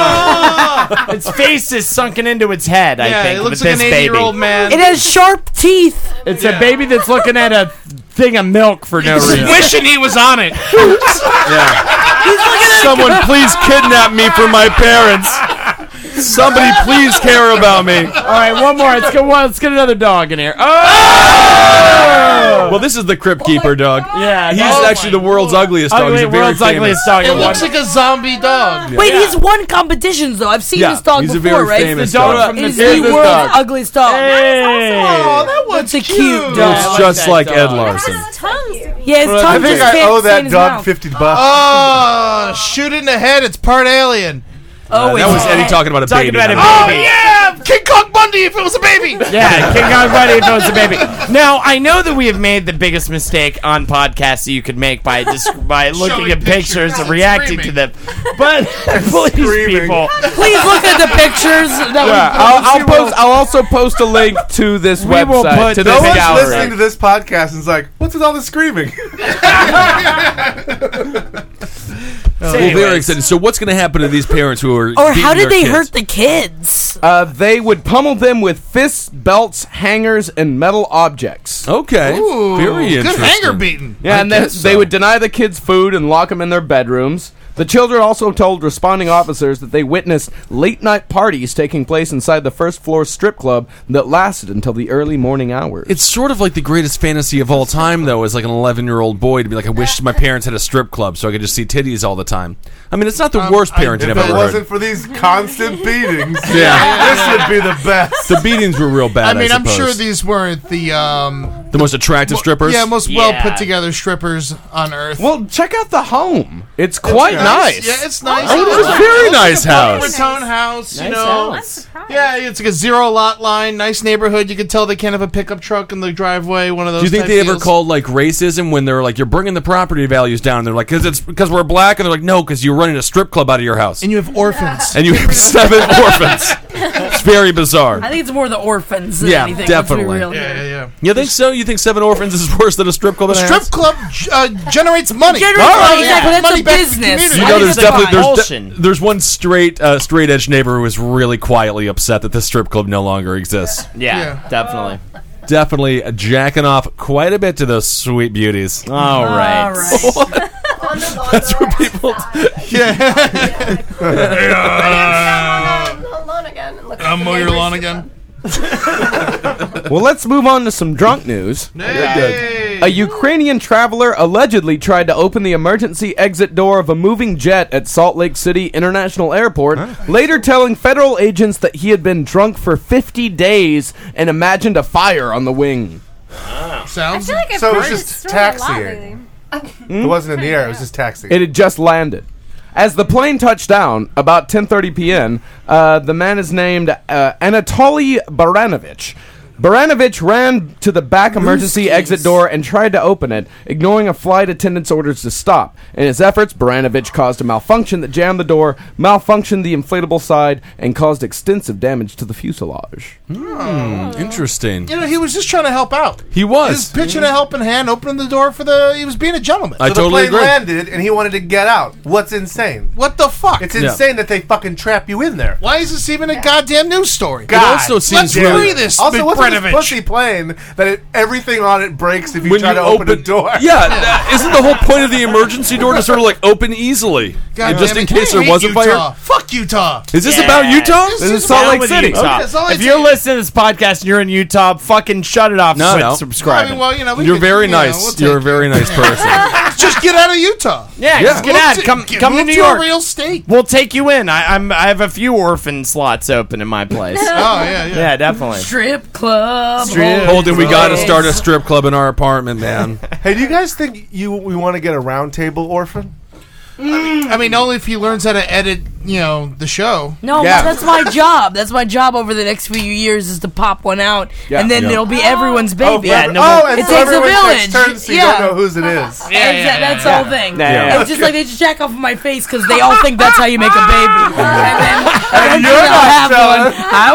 Oh! its face is sunken into its head. I Yeah, think it looks with like this an baby. 80-year-old man. (laughs) It has sharp teeth. It's a baby that's looking at a thing of milk for no reason. Wishing he was on (laughs) it. Someone (laughs) please kidnap me from my parents. Somebody please care about me. All right, one more. Let's get one. Let's get another dog in here. Oh, Well, this is the Oh Crypt Keeper dog. Yeah, He's oh actually the world's ugliest dog. ugly, He's a very world's famous- ugliest dog. It looks like a zombie dog. Wait, he's won competitions though. I've seen Yeah, this dog he's a before, very right? famous it's the dog, dog. From the, Here's the this world's dog. ugliest dog. Oh, that one's That's a cute Looks dog. just like Ed Larson. Yeah, his I tongue think I just can't owe stay in that his dog mouth. fifty bucks. Oh, shoot in the head. It's part alien. Oh, That it's- was Eddie talking about a Talking baby. about a dog. Oh Baby. yeah, King Kong Bundy if it was a baby. Yeah, King Kong Bundy if it was a baby. Now I know that we have made the biggest mistake on podcasts that you could make by just (laughs) by looking Showing at pictures pictures and and reacting to them, but (laughs) please, people, Please look at the pictures. That Yeah, was I'll, I'll post. I'll also post a link to this Oh, We will website put to the No this one's listening gallery. to this podcast and is like, "What's with all the screaming?" Well, very excited. So, what's going to happen to these parents who are? Or beating how did their they kids? hurt the kids? Uh, they would pummel them with fists, belts, hangers, and metal objects. Okay, very Good interesting. hanger beating. Yeah, I and then guess they so. would deny the kids food and lock them in their bedrooms. The children also told responding officers that they witnessed late night parties taking place inside the first floor strip club that lasted until the early morning hours. It's sort of like the greatest fantasy of all time, though, as like an 11 year old boy to be like, I wish my parents had a strip club so I could just see titties all the time. I mean, it's not Um, the worst parenting if it I've ever heard. wasn't for these constant beatings, (laughs) Yeah. this would be the best. The beatings were real I bad. I mean, I'm sure suppose. these weren't the um, the most attractive strippers. yeah, most well Yeah. put together strippers on earth. well, check out the home. It's quite nice. Yeah, it's nice. Oh, it's a very nice house. Overtone house, you Nice know. house. Yeah, it's like a zero lot line, nice neighborhood. You can tell they can't have a pickup truck in the driveway. One of those. Do you think type they ever deals. called like racism when they're like you're bringing the property values down? And they're like because it's because we're black, and they're like no, because you're running a strip club out of your house, And you have orphans. (laughs) and you have (laughs) seven orphans. It's very bizarre. I think it's more the orphans than Yeah, anything. definitely. Let's be real. yeah, yeah, yeah. You think so? You think seven orphans is worse than a strip club? and a Strip house? club uh, generates money. Generates All money, exactly. That's Money a back to business. community. You know, I think there's it's definitely there's, compulsion. de- there's one straight uh, straight edge neighbor who is really quietly upset that the strip club no longer exists. Yeah, Yeah. definitely. Definitely jacking off quite a bit to those sweet beauties. All right. All (laughs) right. That's what (laughs) people. (laughs) Um, I'll mow your lawn again. Well, let's move on to some drunk news. Hey. A Ukrainian traveler allegedly tried to open the emergency exit door of a moving jet at Salt Lake City International Airport, later telling federal agents that he had been drunk for 50 days and imagined a fire on the wing. I feel like I've so (laughs) it heard this was just story a lot taxiing. lately. It wasn't in the air. It was just taxiing. It had just landed. As the plane touched down about 10:30 p.m., uh, the man is named uh, Anatoly Baranovich. Baranovich ran to the back emergency exit door and tried to open it, ignoring a flight attendant's orders to stop. In his efforts, Baranovich caused a malfunction that jammed the door, malfunctioned the inflatable side, and caused extensive damage to the fuselage. Interesting. You know, he was just trying to help out. He He was. was pitching a helping hand, opening the door for the. He was being a gentleman. I so totally the plane agree. landed and he wanted to get out. What's insane? What the fuck? It's Yeah. insane that they fucking trap you in there. Why is this even a goddamn news story? God, also seems damn. really- this, Also, what's with Big this pussy plane that it, everything on it breaks if you When try you to open, open- a door? Yeah, that, (laughs) isn't the whole point of the emergency door to sort of like open easily, God and just damn in it. case there Hate wasn't Utah. fire? Fuck Utah. Is this about Utah? This is Salt down Lake with City. Utah. Okay, Salt Lake if you're listening to this podcast and you're in Utah, fucking shut it off. No, and no. subscribe. I mean, well, you know, we You're could- very you know, nice. we'll You're a very nice person. just get out of Utah. Yeah, just get Move out. to- Come, get- come to move New York. A real state. We'll take you in. I, I'm. I have a few orphan slots open in my place. Oh, yeah, yeah. yeah, definitely. Strip club. Holden, we got to start a (laughs) strip club in our apartment, (laughs) man. Hey, do you guys think you we want to get a round table orphan? I mean, only if he learns how to edit, you know, the show. No, Yeah. that's my job. That's my job over the next few years is to pop one out, Yeah. and then Yeah. it'll be everyone's baby. yeah, oh, and it so takes a everyone takes village. turns, so you yeah. don't know whose it is. Exa- that's the whole thing. Yeah, yeah. It's just like they just jack off of my face because they all think that's how you make (laughs) a baby. And then eventually you're I'll not have selling. one. I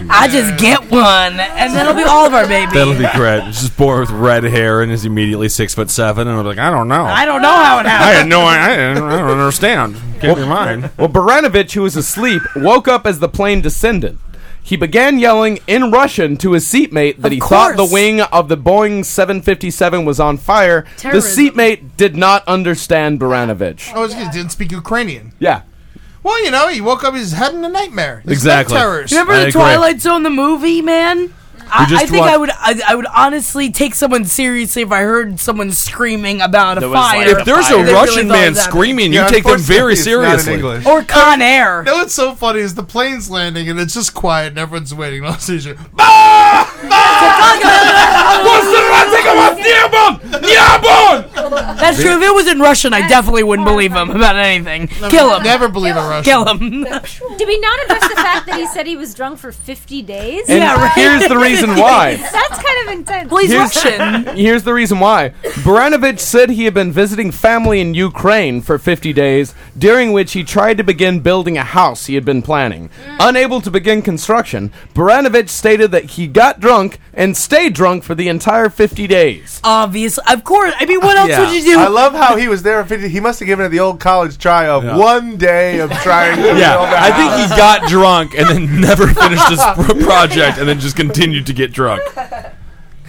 won't. (laughs) I just get one, and that'll be all of our babies. That'll be great. Just born with red hair and is immediately six foot seven, and I'm like, I don't know. I don't know how it happened. I had no. I, I don't (laughs) I don't understand. Can't be mine. Well, Baranovich, who was asleep, woke up as the plane descended. He began yelling in Russian to his seatmate that he thought course. the wing of the Boeing 757 was on fire. Terrorism. The seatmate did not understand Baranovich. Oh, he didn't speak Ukrainian. Yeah. Well, you know, he woke up. He's having a nightmare. He's Exactly. a terrorist. Remember I the agree. Twilight Zone the movie, man? I, just I think wa- I would I, I would honestly take someone seriously if I heard someone screaming about a There was, like, fire. a If there's They a really Russian thought it man was happening. screaming, Yeah, you take them unfortunately, very it's not in seriously. English. or Con Air. You know what's so funny is the plane's landing and it's just quiet and everyone's waiting. All of (laughs) a sudden, That's true. If it was in Russian, I definitely wouldn't believe him about anything. Kill him. Never believe a Russian. Kill him. (laughs) Did we not address the fact that he said he was drunk for 50 days? And Yeah, right. here's the reason (laughs) why. That's kind of intense. Well, he's Here's- (laughs) Russian. Here's the reason why. Baranovich said he had been visiting family in Ukraine for 50 days, during which he tried to begin building a house he had been planning. Unable to begin construction, Baranovich stated that he got drunk and stayed drunk for the entire 50 days. Obviously, of course. I mean, (laughs) what else Yeah. would you do? I love how he was there. if He he must have given it the old college try of Yeah. one day of trying to Yeah, build a I house. think he got drunk and then (laughs) never finished his pro- project and then just continued to get drunk.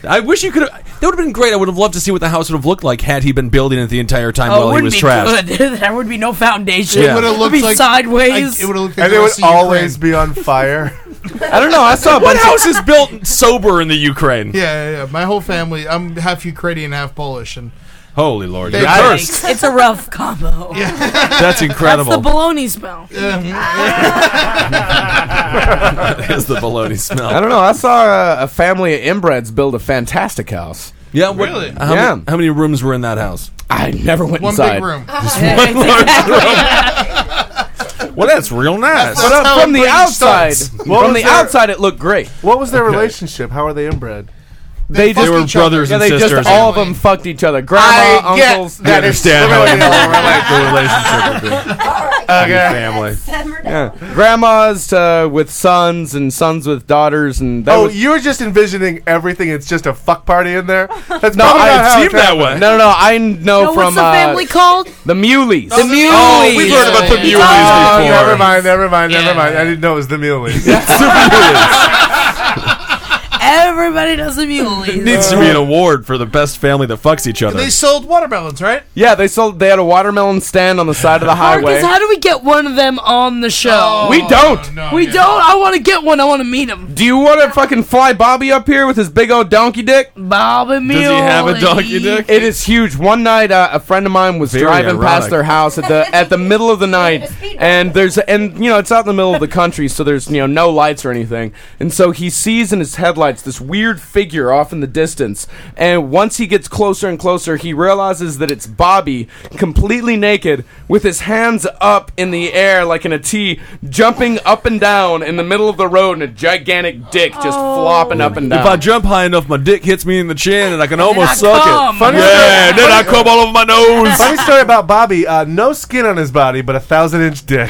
I wish you could have. That would have been great. I would have loved to see what the house would have looked like had he been building it the entire time Oh, it while he wouldn't was be trashed. good. (laughs) there would be no foundation. Yeah. It would have It would looked be like sideways. I- it would have looked like and the it rest would of Ukraine. always be on fire. I don't know. I (laughs) saw a What bunch of house (laughs) is built sober in the Ukraine? Yeah, yeah, yeah. My whole family. I'm half Ukrainian, half Polish, and Holy Lord, They- Oh, you're Yikes. cursed. (laughs) it's (laughs) a rough combo. That's That's the incredible. bologna smell. That is the baloney smell. I don't know. I saw a, a family of inbreds build a fantastic house. Yeah, what, Really? How, Yeah. Many, how many rooms were in that house? I never went one inside. big room. (laughs) Oh, (laughs) (laughs) Well, that's real nice. But uh, how from the inbreeding outside, starts. What from was the their- outside, it looked great. What was their relationship? How are they inbred? They, They just were brothers yeah, and they sisters. just all of them fucked each other. Grandma, I get uncles. I that is understand how really all like, the relationship (laughs) would be. (laughs) Family. Yeah. Grandmas uh, with sons and sons with daughters, and that oh, was, you were just envisioning everything. It's just a fuck party in there. That's No, probably I not how It it seemed that happened. way. no, no, no. I know No, from what's the uh, family called? the Muleys. The Muleys. Oh, we've heard about the Yeah. Muleys before. Oh, never mind, never mind, Yeah. never mind. I didn't know it was the Muleys. It's the Muleys. everybody does the It Muleys. needs to be an award for the best family that fucks each other. They sold watermelons, right? Yeah, they sold. They had a watermelon stand on the side (laughs) of the highway. Marcus, how do we get one of them on the show? Oh, we Oh, don't. we don't. I want to get one. I want to meet him. Do you want to fucking fly Bobby up here with his big old donkey dick? Bobby Does he have a donkey dick? It is huge. One night, uh, a friend of mine was Very driving past ironic. their house at the at the middle of the night, and there's and you know it's out in the middle of the country, so there's you know no lights or anything, and so he sees in his headlights this weird figure off in the distance, and once he gets closer and closer, he realizes that it's Bobby, completely naked, with his hands up in the air like in a T, jumping up and down in the middle of the road, and a gigantic dick just flopping up and down. If I jump high enough, my dick hits me in the chin, and I can almost suck it. Funny yeah, story- then I come all (laughs) over my nose. Funny story about Bobby. Uh, no skin on his body, but a thousand inch dick.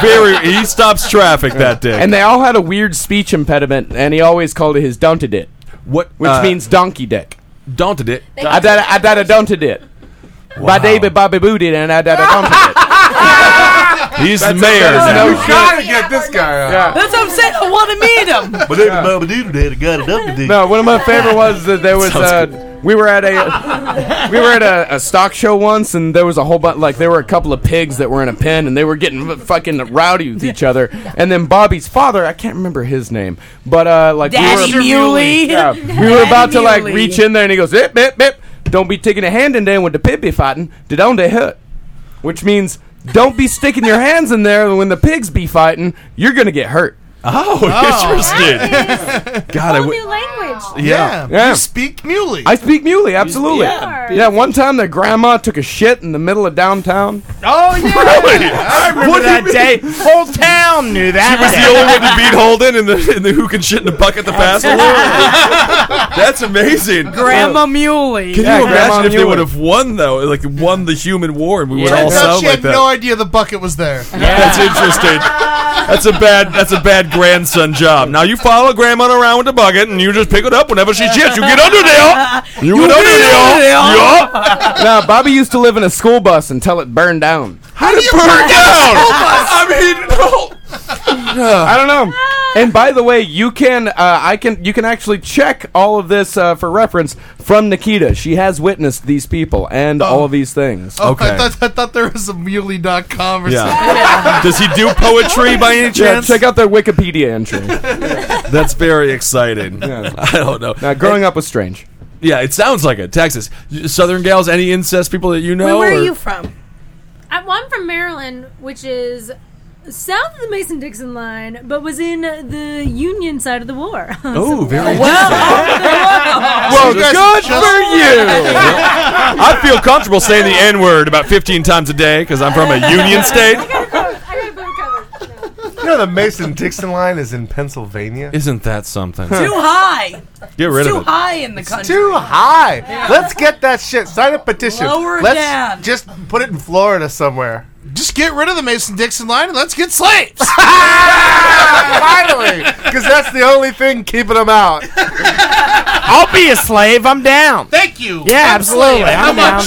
Very. He stops traffic that day. And they all had a weird speech impediment, and he always called it his dontadit. What? Which uh, means donkey dick. Dontadit. I did. I did a dontadit. By David Bobby Boo did, it, and I did a dontadit. He's the mayor now. No You shit. get this guy. That's what I'm saying. (laughs) I (laughs) want to meet him. But No, one of my favorite was that there was. Sounds Uh, we were at a we were at a, a stock show once, and there was a whole bunch. Like there were a couple of pigs that were in a pen, and they were getting fucking rowdy with each other. And then Bobby's father, I can't remember his name, but uh, like Daddy we were, Muley. Yeah, we were about to like Muley. reach in there, and he goes, "Bip bip bip! Don't be taking a hand in there when the pig be fighting. Did on they hurt?" Which means don't be sticking your hands in there when the pigs be fighting. You're gonna get hurt. Oh, That is God, I whole w- new language. Yeah. Yeah. You speak muley. I speak muley, absolutely. Yeah. Yeah. one time their grandma took a shit in the middle of downtown. Oh (laughs) yeah, Really? I remember What do you that mean? day. Whole town knew that. She was the only one to beat Holden in the in the who can shit in a bucket the fastest. That's amazing. Grandma Muley. Can you imagine if they would have won though? Like won the human war, and we would all Turns out sound she like had that. no idea the bucket was there. (laughs) That's interesting. That's a bad. That's a bad grandson job. Now you follow grandma around with the bucket, and you just pick it up whenever she shits. You get under there. You, get under there. Yeah. (laughs) now, Bobby used to live in a school bus until it burned (sighs) down. How did it burn down? I mean, (laughs) I don't know. And by the way, you can uh, I can you can actually check all of this uh, for reference from Nikita. She has witnessed these people and all of these things. Oh, I thought, I thought there was a muley.com or Yeah. Does he do poetry by (laughs) any Yeah, chance? check out their Wikipedia entry. (laughs) That's very exciting. (laughs) I don't know. Now, growing up was strange. Yeah, it sounds like it. Texas, Southern gals. Any incest people that you know? Where or- are you from? I, well, I'm from Maryland, which is south of the Mason Dixon line, but was in the Union side of the war. (laughs) Oh, very Well, good for you. (laughs) I feel comfortable saying the N word about 15 times a day because I'm from (laughs) a union state. You know the Mason Dixon line is in Pennsylvania. Isn't that something? Too high. Oh. Get rid Too of it. high in the country. Too high. Let's get that shit. Sign a petition. Lower it let's down. just put it in Florida somewhere. Just get rid of the Mason Dixon line and let's (laughs) get slaves. Finally, because that's the only thing keeping them out. (laughs) I'll be a slave. I'm down. Thank you. Yeah, absolutely. How I'm down. much?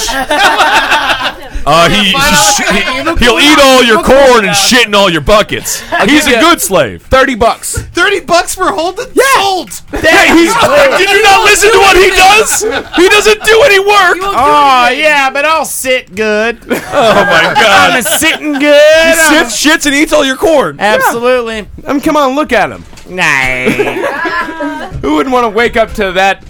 Uh, he, he, will eat all your corn and shit in all your (laughs) buckets. He's a good slave. Thirty bucks. Thirty bucks for Holden? Sold. Hey, (laughs) he's, did you not listen to what he does? He doesn't do any work. Oh yeah, but I'll sit good. (laughs) Oh my I'm a god. sitting good. He I'm a- sits, shits, and eats all your corn. Absolutely. I mean, come on, look at him. Nah. (laughs) Who wouldn't want to wake up to that?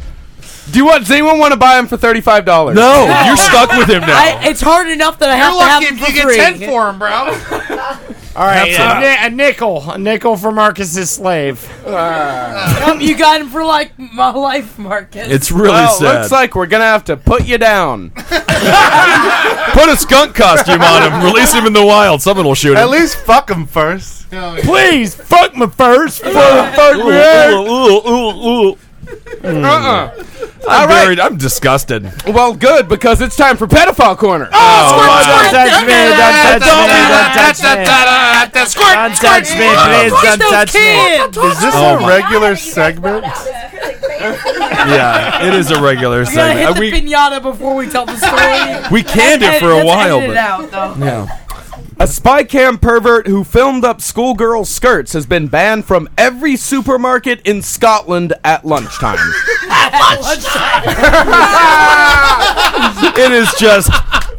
Do you want? Does anyone want to buy him for thirty five dollars? (laughs) No, you're stuck with him now. (laughs) I, it's hard enough that I You're have lucky to if have them for you free. get ten for him, (laughs) bro. All right. Absolutely. A, ni- a nickel. A nickel for Marcus's slave. Um, you got him for like my life, Marcus. It's really Oh, Well, sad. looks like we're gonna have to put you down. Put a skunk costume on him. Release him in the wild. Someone will shoot him. At least fuck them first. Please fuck me first. Ooh, ooh, ooh, ooh, ooh. Uh-uh. I'm All right. buried. I'm disgusted. Well, good because it's time for pedophile corner. Oh, Don't touch me. Don't touch me. Don't touch me. Squirt, Don't touch me, please. Don't touch me. Is this Oh a my- regular segment? yeah, it is a regular you gotta hit segment. Uh, the We pinata before we tell the (laughs) story. we canned it for a Let's while, edit it but out, though. yeah. A spy cam pervert who filmed up schoolgirl skirts has been banned from every supermarket in Scotland at lunchtime. it is just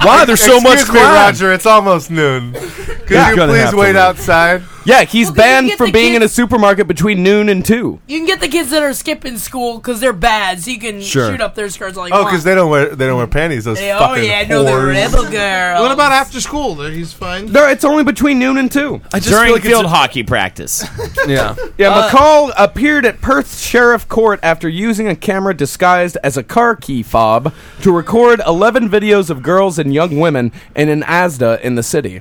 wow. There's so much Excuse me, crime. Roger. It's almost noon. Could Yeah. you Gonna have please to wait leave. outside? Yeah, he's you can banned get from the being in a kids- supermarket between noon and two. You can get the kids that are skipping school because they're bad, so you can Sure. shoot up their skirts all you Oh, want. because they don't wear they don't wear panties. Those They- oh fucking yeah, no, they're whores. rebel girls. What about after school? There, he's fine. No, it's only between noon and two. I just During feel like it's field a- hockey (laughs) practice. (laughs) yeah. Yeah, Uh, McCall appeared at Perth Sheriff Court after using a camera disguised as a car key fob to record 11 videos of girls and young women in an Asda in the city.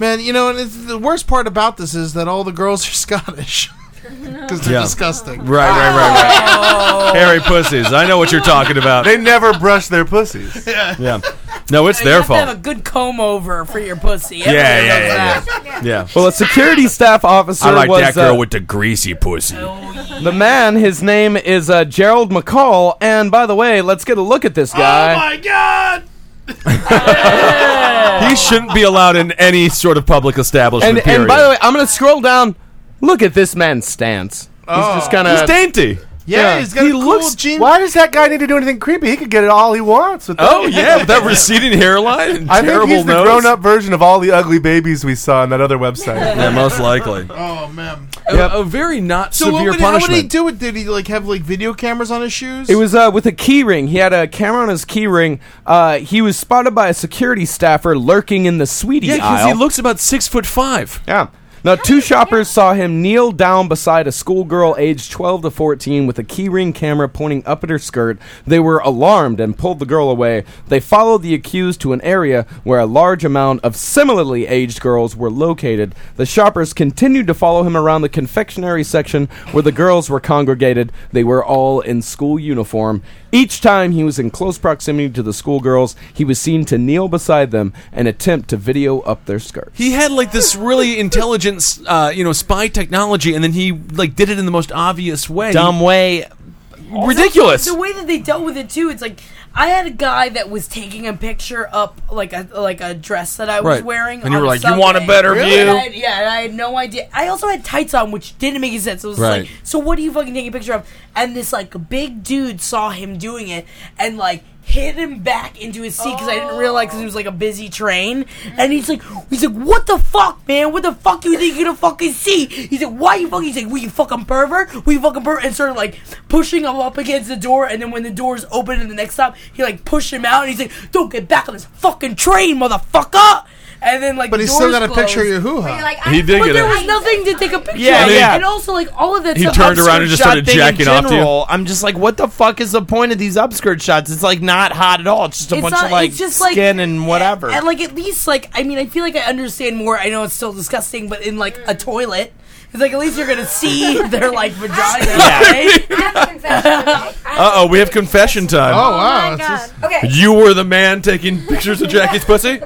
Man, you know, and it's, the worst part about this is that all the girls (laughs) are (laughs) Scottish because they're Yeah. disgusting. Right, right, right, right. Hairy pussies. I know what you're talking about. They never brush their pussies. Yeah. No, it's You their have to have fault. a good comb over for your pussy. Yeah, yeah, yeah, yeah, yeah. yeah. Well, a security staff officer I like was that girl uh, with the greasy pussy. the man. His name is uh, Gerald McCall. And by the way, let's get a look at Oh this guy. (laughs) God! He shouldn't be allowed in any sort of public establishment. and, period. and by the way, I'm gonna scroll down. Look at this man's stance. Oh. He's just kind of He's dainty. Yeah, he's got he looks- jean. Why does that guy need to do anything creepy? He could get it all he wants. With (laughs) Oh yeah, with that receding hairline and I terrible think he's the nose. grown-up version of all the ugly babies we saw on that other website. Yeah, most (laughs) likely. Oh man. A, a very not So what severe would, how would punishment. he do it? Did he like have like video cameras on his shoes? It was uh, with a key ring. He had a camera on his key ring. Uh, he was spotted by a security staffer lurking in the sweetie Yeah, 'cause aisle. he looks about six foot five. Yeah. Now, two shoppers saw him kneel down beside a schoolgirl aged 12 to 14 with a keyring camera pointing up at her skirt. They were alarmed and pulled the girl away. They followed the accused to an area where a large amount of similarly aged girls were located. The shoppers continued to follow him around the confectionery section where the girls were congregated. They were all in school uniform. Each time he was in close proximity to the schoolgirls, he was seen to kneel beside them and attempt to video up (laughs) their skirts. He had like this really intelligent, s- uh, you know, spy technology, and then he like did it in the most obvious way, Dumb way, ridiculous. The way that they dealt with it too, it's like I had a guy that was taking a picture up like a like a dress that I was Right. wearing, And you on were a like, "You want a subway." better Really? view? And I had- yeah, and I had no idea. I also had tights on, which didn't make any sense. It was Right. like, so what are you fucking taking a picture of? And this like big dude saw him doing it and like. Hit him back into his seat because I didn't realize 'cause it was like a busy train, and he's like, he's like, "What the fuck, man? What the fuck you think you're gonna fucking see?" He's like, "Why you fucking?" He's like, "We you fucking pervert? We you fucking pervert?" And started like pushing him up against the door, and then when the door's open in the next stop, he like pushed him out, and he's like, "Don't get back on this fucking train, motherfucker!" And then like, But he he's still got a picture of your hoo ha. He did but get there it. was nothing to take a picture Yeah, of. yeah. And also, like, all of that He stuff. turned around upskirt and just shot started thing in jacking off to you. general, I'm just like, what the fuck is the point of these upskirt shots? It's like not hot at all. It's just a It's bunch not- of like it's just, like- skin and whatever. And, like, at least, like, I mean, I feel like I understand more. I know it's still disgusting, but in, like, a toilet. It's like, at least you're going to see their, like, vagina. right? Uh oh, we have confession time. Oh, wow. It's just- Okay. You were the man taking (laughs) pictures of Jackie's pussy.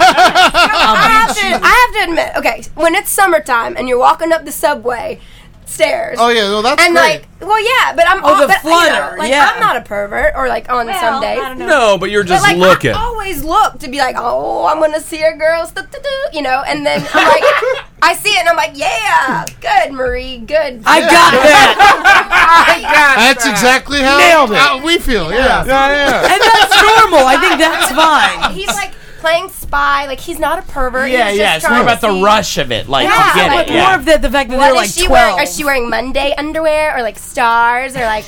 I have, to, I have to admit, okay, when it's summertime and you're walking up the subway stairs. Oh, yeah, no, that's and great. like, well, yeah, but I'm Oh, the but, you know, flutter, like, yeah. I'm not a pervert, or like on some days. No, but you're just but like, looking. I always look to be like, oh, I'm gonna see a girl, stu- stu- stu," you know, and then I'm (laughs) like, I see it, and I'm like, yeah, good, Marie, good. I got that. That's exactly how, Nailed it. how we feel. Yeah. (laughs) And that's normal. I think that's fine. He's like playing spy, like he's not a pervert. yeah, he's yeah. Just It's more trying to about the see- rush of it. Like, Yeah, you get like, it. Yeah. More of that, the fact that What they're, is like, she 12. wearing? Is she wearing Monday underwear or like stars or like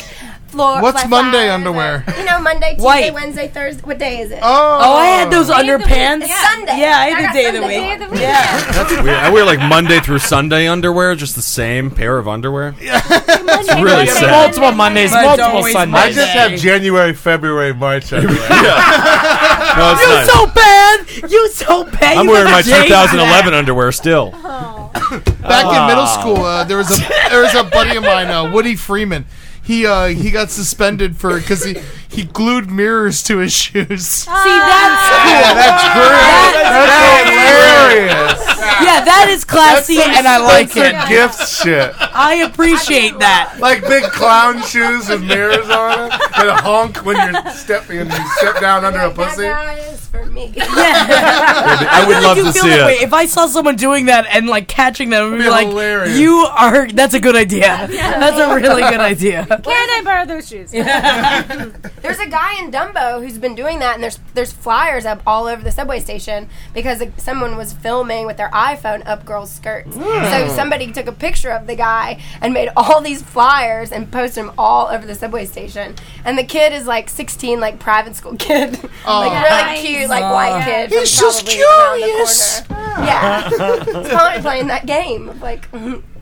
floor? What's fly- Monday flowers? underwear? You know, Monday, Tuesday, White. Wednesday, Thursday. What day is it? Oh. Oh, I had those Day of the week. underpants. It's Yeah. Sunday. Yeah, I had got the day of the Sunday week. of the week. That's weird. I wear like Monday through Sunday underwear, just the same pair of underwear. it's really sad. Multiple Mondays, But multiple don't waste Sundays. I just have January, February, (laughs) March. on there. No, it's you not. so bad. You so bad. I'm You wearing my have a J- 2011 (laughs) underwear still. (laughs) Back in middle Ah. school, uh, there was a there was a buddy of mine, uh, Woody Freeman. He uh, he got suspended for because he he glued mirrors to his shoes. See, that's Yeah, that's great. That's hilarious. yeah, that is classy, That's some- and I like that's it. some gift shit. I appreciate that. Like big clown shoes with mirrors on it, and a honk when you're stepping and you step down under a pussy. That guy is for me. I really do feel that Way. If I saw someone doing that and like catching them, I'd be like, hilarious. "You are. That's a good idea. That's a really good idea." Can I borrow (laughs) those shoes? (laughs) There's a guy in Dumbo who's been doing that, and there's there's flyers up all over the subway station because someone was filming with their iPhone up girls' skirts. So Hmm. somebody took a picture of the guy and made all these flyers and posted them all over the subway station. And the kid is like 16, like private school kid, (laughs) like really Nice. cute, like Aw. white kid. Oh. He's from just probably around the curious. corner. (laughs) Yeah, he's probably playing that game of like, (laughs)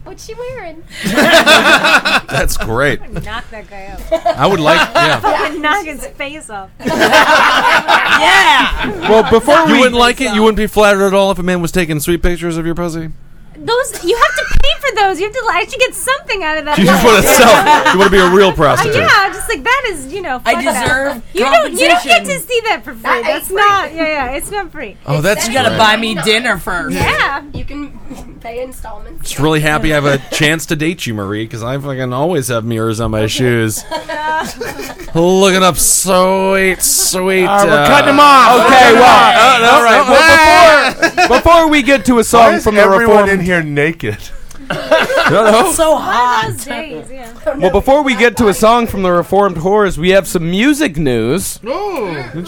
what's she (laughs) wearing? That's great. Knock that guy out. I would like- (laughs) yeah. Fucking knock his face (laughs) off. Well, before you wouldn't like it, you wouldn't be flattered at all if a man was taking sweet pictures of your pussy. Those you have to pay for those. You have to like, actually get something out of that. You just want to Yeah. (laughs) sell. You want to be a real Uh, prostitute. yeah, just like that is you know. I fuck that. deserve You don't. You don't get to compensation. see that for free. That ain't That's free. not. Yeah, yeah. It's not free. Oh, that's you gotta great. buy me dinner first. Yeah. You can pay (laughs) installments. Just really happy I (laughs) have a chance to date you, Marie, because I fucking always have mirrors on my shoes, looking up sweet, sweet. All right, we're uh, cutting 'em off. Okay, All well, uh, right. all right. (laughs) Well, before, before we get to a song is from the everyone reform in here naked. no. so hot. Those days, yeah. Well, before we get to a song from the Reformed Whores, we have some music news.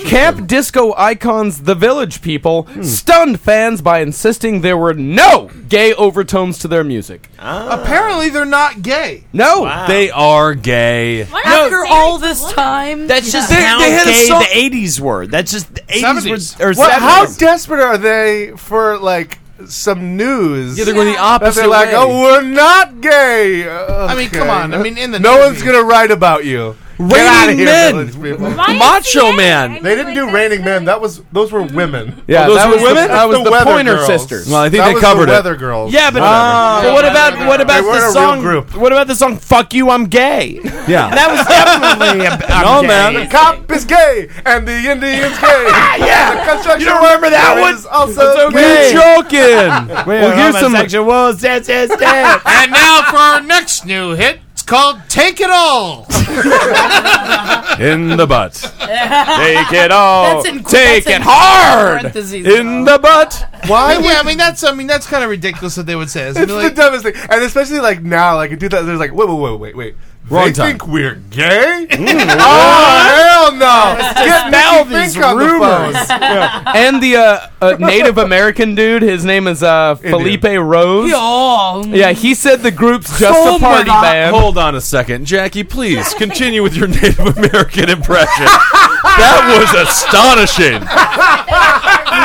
Camp disco icons The Village People Hmm. stunned fans by insisting there were no gay overtones to their music. Ah. Apparently, they're not gay. No, They are gay. After all this time, That's just They- how they had a gay song- the '80s were. That's just the '80s was- or Well, how 70s. desperate are they for like some news? Yeah, they're going the That opposite They're like, way. oh, we're not gay. Uh, I mean, come okay. on. I mean, in the no one's gonna write about you. Get Raining out of here, Men. village people. YMCA, Macho Man. I mean, they didn't do raining men. That was those were women. Yeah, those that were was the- women. that was the Weather Pointer Girls. Sisters. Well, I think That they was covered the it. Weather Girls. Yeah, but, Whatever. but what about what They about weren't a the real song? group. What about the song "Fuck You, I'm Gay"? (laughs) Yeah. (laughs) that was definitely. A, I'm No, gay. man. The cop is gay and the Indian's gay. Yeah. The construction You don't remember that worker one? is Also, That's okay. gay. You're joking. We're homosexuals. That's just it. and now for our next new hit. It's called "Take It All." in the butt. (laughs) Take it all. That's in- Take that's it in hard. parentheses, In the butt. Why? Yeah, I mean that's I mean that's kind of ridiculous that they would say. It's It's the dumbest thing, and especially like now, like in 2000, there's like, wait, wait, wait, wait, wait. Wrong they time. think we're gay? oh wow. hell no! Get Dispel Nikki these Fink on (laughs) rumors. the phone. and the uh, uh, Native American dude, his name is uh, Felipe Rose. Yeah, he said the group's just Oh a party band. Hold on a second, Jackie. Please continue with your Native American impression. that was astonishing.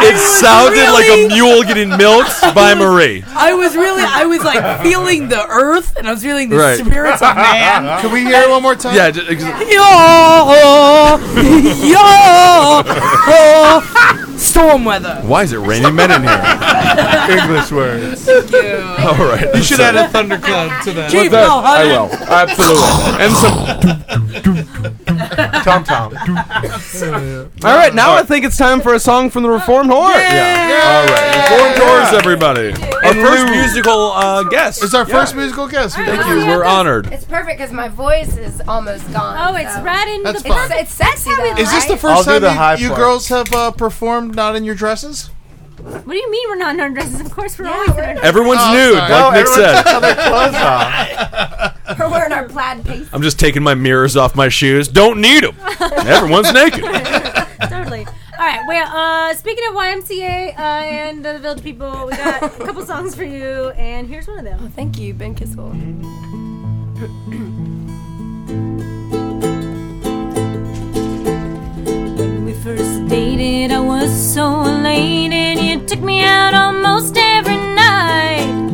It sounded like a mule getting milked by Marie. I was really, I was like feeling the earth, and I was feeling the Right. spirits of (laughs) man. Can we hear it one more time? Yeah, just, yo, yo, (laughs) storm weather. Why is it raining men in (laughs) here? English words. All right. You should add a thunderclap to that. Well, that- I will. Absolutely. And some. Tom Tom. All right, now I think it's time for a song from the Reformed Horror. (laughs) All right. Informed doors, everybody. Our In first lieu. musical uh, guest. It's our first musical guest. Thank you. We're honored. It's perfect because my voice is almost gone. Oh, it's so. right in That's the. fine. It's, it's sexy though. Is this the right? 1st I'll do time the you- high you, part. girls have uh, performed not in your dresses? What do you mean we're not in our dresses? Of course we're always in our dresses. Everyone's Oh, nude, sorry. like Nick said. (laughs) (laughs) We're wearing our plaid pieces. I'm just taking my mirrors off my shoes. Don't need them. Everyone's naked. totally. All right. Well, uh, speaking of YMCA uh, and the Village People, we got a couple songs for you, and here's one of them. Thank you, Ben Kissel. we first dated, I was so late, and you took me out almost every night.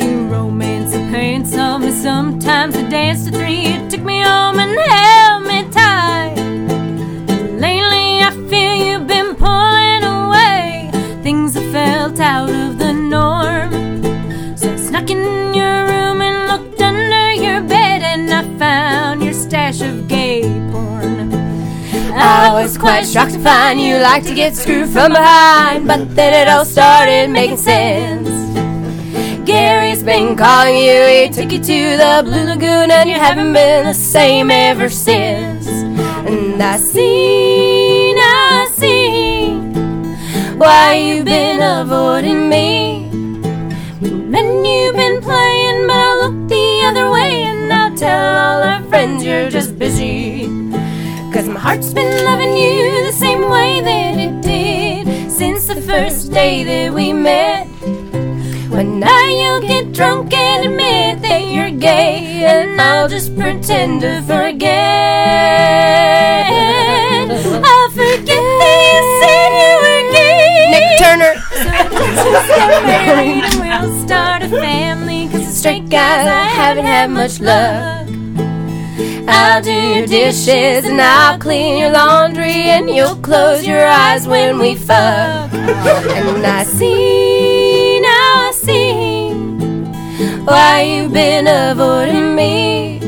You romance and pants on me sometimes, I danced to three. You took me home and held me tight. Lately, I feel you've been pulling away. Things have felt out of the norm. So I snuck in your room and looked under your bed, and I found your stash of gay porn. (laughs) I Oh, was quite shocked to find you like to get screwed from behind, but then it all started making sense. Gary's been calling you, he took you to the Blue Lagoon, and you haven't been the same ever since. And I see, I see, Why you been avoiding me? When you've been playing, but I look the other way and I tell all our friends you're just busy. Cause my heart's been loving you the same way that it did since the first day that we met. When now you'll get drunk and admit that you're gay, and I'll just pretend to forget. I'll forget that you said you were gay. Nick Turner. So let's just get married and we'll start a family. Cause the straight guys, I haven't had much luck. I'll do your dishes and I'll clean your laundry, and you'll close your eyes when we fuck. And I see, now I see why you've been avoiding me.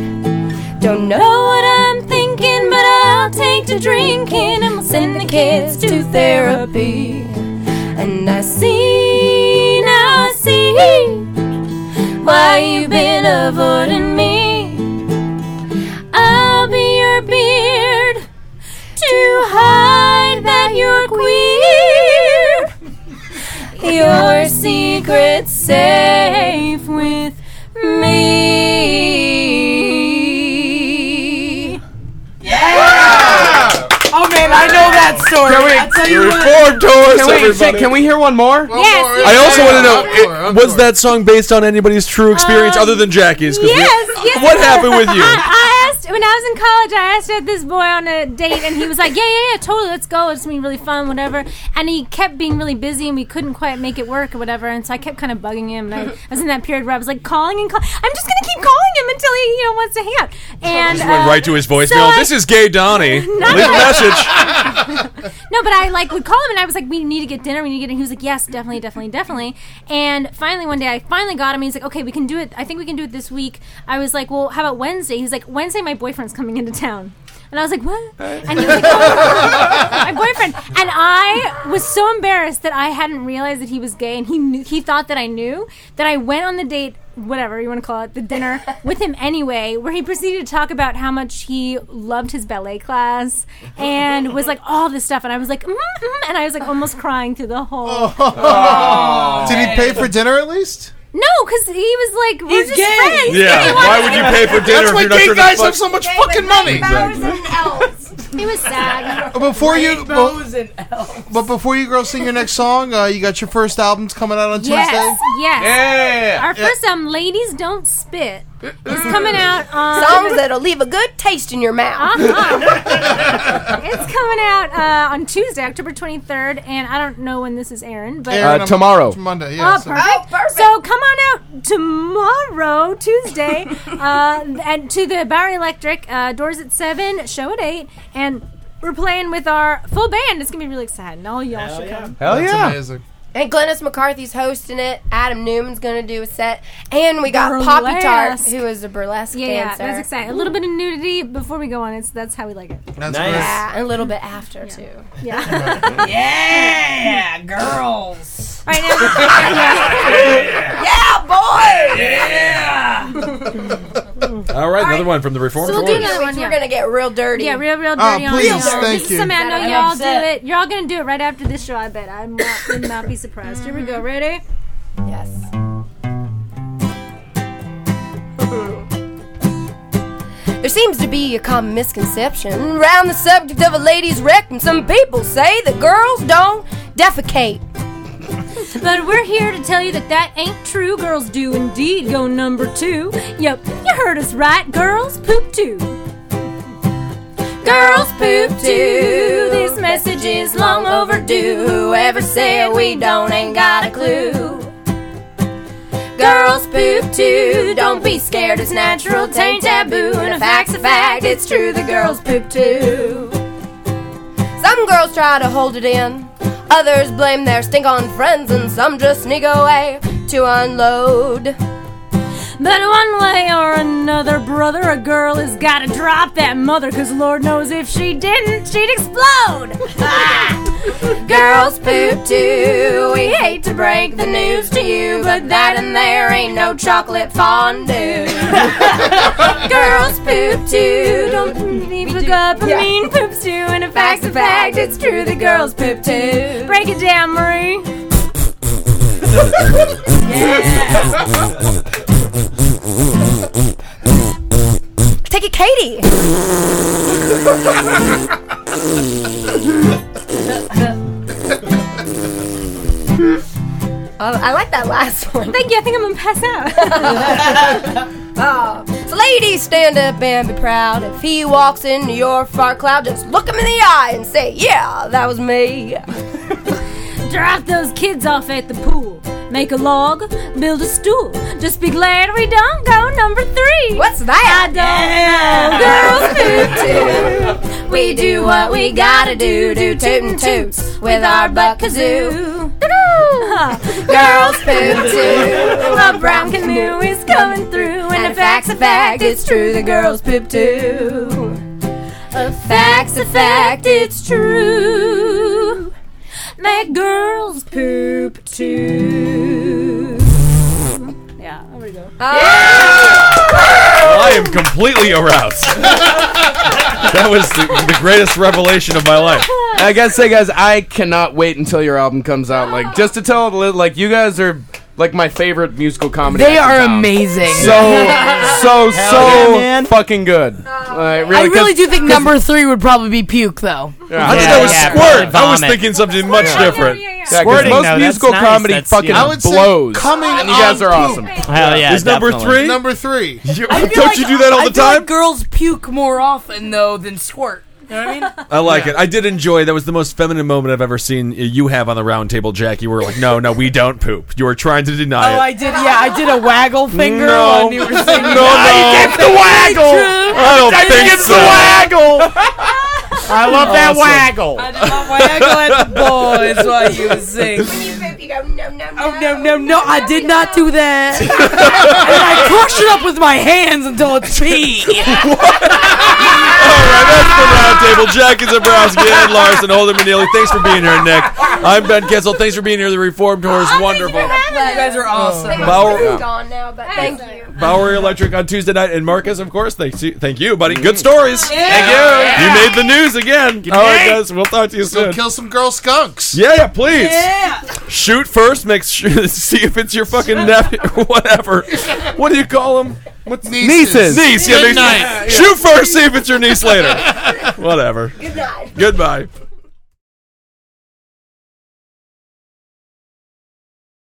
Don't know what I'm thinking, but I'll take to drinking and we'll send the kids to therapy. And I see, now I see why you've been avoiding me. I'll be your beard to hide that you're queer. Your secret's safe with me. (laughs) Oh man, I know that story. Can we- I tell you what. Can us, we- everybody. Can we hear one more? yes, I also want to know it- was that song based on anybody's true experience other than Jackie's? 'Cause we- Um, Yes, yes. What happened with (laughs) you? I, I asked when I was in college. I asked out this boy on a date, and he was like, "Yeah, yeah, yeah, totally, let's go. It's gonna be really fun, whatever." And he kept being really busy, and we couldn't quite make it work or whatever. And so I kept kind of bugging him. And I, I was in that period where I was like calling and calling. I'm just gonna keep calling him until he, you know, wants to hang out. And Just went uh, right to his voicemail. so I- this is Gay (laughs) Donnie. Leave Not a that- message. no, but I like would call him and I was like, we need to get dinner. We need to get. And he was like, yes, definitely, definitely, definitely. And finally, one day, I finally got him. He's like, okay, we can do it. I think we can do it this week. I was like, well, how about Wednesday? He's like, Wednesday, my boyfriend's coming into town. And I was like, what? And he was like, oh, my boyfriend. And I was so embarrassed that I hadn't realized that he was gay, and he knew, he thought that I knew that I went on the date, whatever you want to call it, the (laughs) dinner with him anyway, where he proceeded to talk about how much he loved his ballet class and was like all this stuff, and I was like, mm mm, and I was like almost crying through the whole. (laughs) Oh. Did he pay for dinner Oh. at least? No, because he was like, we're He's just gay. friends. Yeah, He why wanted- would you pay for dinner That's if why you're not gay sure to guys fuck- have so much fucking money. He was sad. Before you, well, Rainbows and elves. but before you girls sing your next song, uh, you got your first albums coming out on Yes, Tuesday. yes. Yeah. Our Yeah. first um, ladies don't spit. It's coming out on Songs that'll leave a good taste in your mouth. Uh-huh. (laughs) it's coming out uh, on Tuesday, October 23rd, and I don't know when this is airing, but Uh, tomorrow. Monday, Oh, perfect. So come on out tomorrow, (laughs) Tuesday, uh, and to the Bowery Electric. Uh, doors at seven, show at eight, and we're playing with our full band. It's gonna be really exciting. All y'all should come. Hell That's yeah. amazing. And Glennis McCarthy's hosting it. Adam Newman's going to do a set. And we got Poppy Tart, Burlesque. who is a burlesque Yeah, yeah, dancer. that's exciting. A little bit of nudity before we go on. It's that's how we like it. That's Nice. great. Yeah, and a little bit after, too. Yeah. Yeah, girls. Right now. Yeah, boy. All right, another one from the Reformed So we'll do Chorus. another one. We're going to get real dirty. Yeah, real, real Oh, dirty on please, y'all. thank this you. is something I know I'm y'all upset. do it. You're all gonna do it right after this show. I bet. I am not, would not be surprised. Here we go. Ready? Yes. There seems to be a common misconception around the subject of a lady's rectum. Some people say that girls don't defecate. But we're here to tell you that that ain't true. Girls do indeed go number two. Yep, you heard us right. Girls poop too. Girls poop too. This message is long overdue. Whoever said we don't ain't got a clue. Girls poop too. Don't be scared. It's natural. It ain't taboo. And a fact's a fact. It's true. The girls poop too. Some girls try to hold it in, others blame their stink on friends, and some just sneak away to unload. But one way or another, brother, a girl has gotta drop that mother, cause Lord knows if she didn't, she'd explode. Girls poop too. We hate to break the news to you, but that and there ain't no chocolate (laughs) fondue. Girls poop too. Don't Leave a cup of Yeah. mean poops too, and a fact's a fact, it's true, the girls poop too. Break it down, Marie. take it, Katie. Oh, I like that last one. Thank you. I think I'm gonna pass out. (laughs) oh. So, ladies, stand up and be proud. If he walks into your fart cloud, just look him in the eye and say, "Yeah, that was me." Drop those kids off at the pool. Make a log, build a stool. Just be glad we don't go number three. What's that? I don't know. Girls do too. We do what we gotta do, do tootin' toots with our buck kazoo. Girls poop too. A brown canoe is coming through, and a fact's a fact, it's true. The girls poop too. A fact's a fact, it's true. Make girls poop too. Yeah, there we go. I am completely aroused. that was the, the greatest revelation of my life. I gotta say, guys, I cannot wait until your album comes out. Like, just to tell, li- like, you guys are like my favorite musical comedy. They act in are town. amazing. (laughs) So, so, so Hell yeah, man. fucking good. Like, Oh. I really 'cause- do think number three would probably be puke, though. I thought that was squirt. I was thinking something much different. Yeah, 'cause Squirting, most though, that's musical nice. comedy That's, fucking you know- I would say blows. coming and you guys on are poop. awesome. Hell yeah, Is number definitely. three? Number three. I feel Don't like- you do that all I the feel like time? girls puke more often though than squirt. You know what I mean? I like it. I did enjoy. That was the most feminine moment I've ever seen you have on the round table, Jack. You were like, "No, no, we don't poop." You were trying to Oh, deny it. I did. Yeah, I did a waggle finger. No. while you were singing. No, no. It's the waggle. I don't I think think it's so. the waggle. (laughs) I love that Awesome. waggle. waggle at the boys while you were singing. Oh no no no! I did not do that. and I crushed it up with my hands until it's pee. Roundtable, Jack is Zabrowski, Ed Larson, Holden McNeely. Thanks for being here, Nick. I'm Ben Kessel. Thanks for being here. The Reformed Horse, wonderful. You guys Oh. are awesome. Bauer- It's gone now, but thank you. Bowery Electric on Tuesday night, and Marcus, of course. Thank you, thank you, buddy. Good stories. Yeah. Thank you. Yeah. You made the news again. All right, night. guys. We'll talk to you So soon. kill some girl skunks. Yeah, yeah, please. Shoot first. Make sure (laughs) see if it's your (laughs) fucking nephew, (laughs) whatever. What do you call them? What's Nieces. Niece. Yeah, Good niece. night. (laughs) Shoot first. See if it's your niece later. whatever. Good night. Goodbye.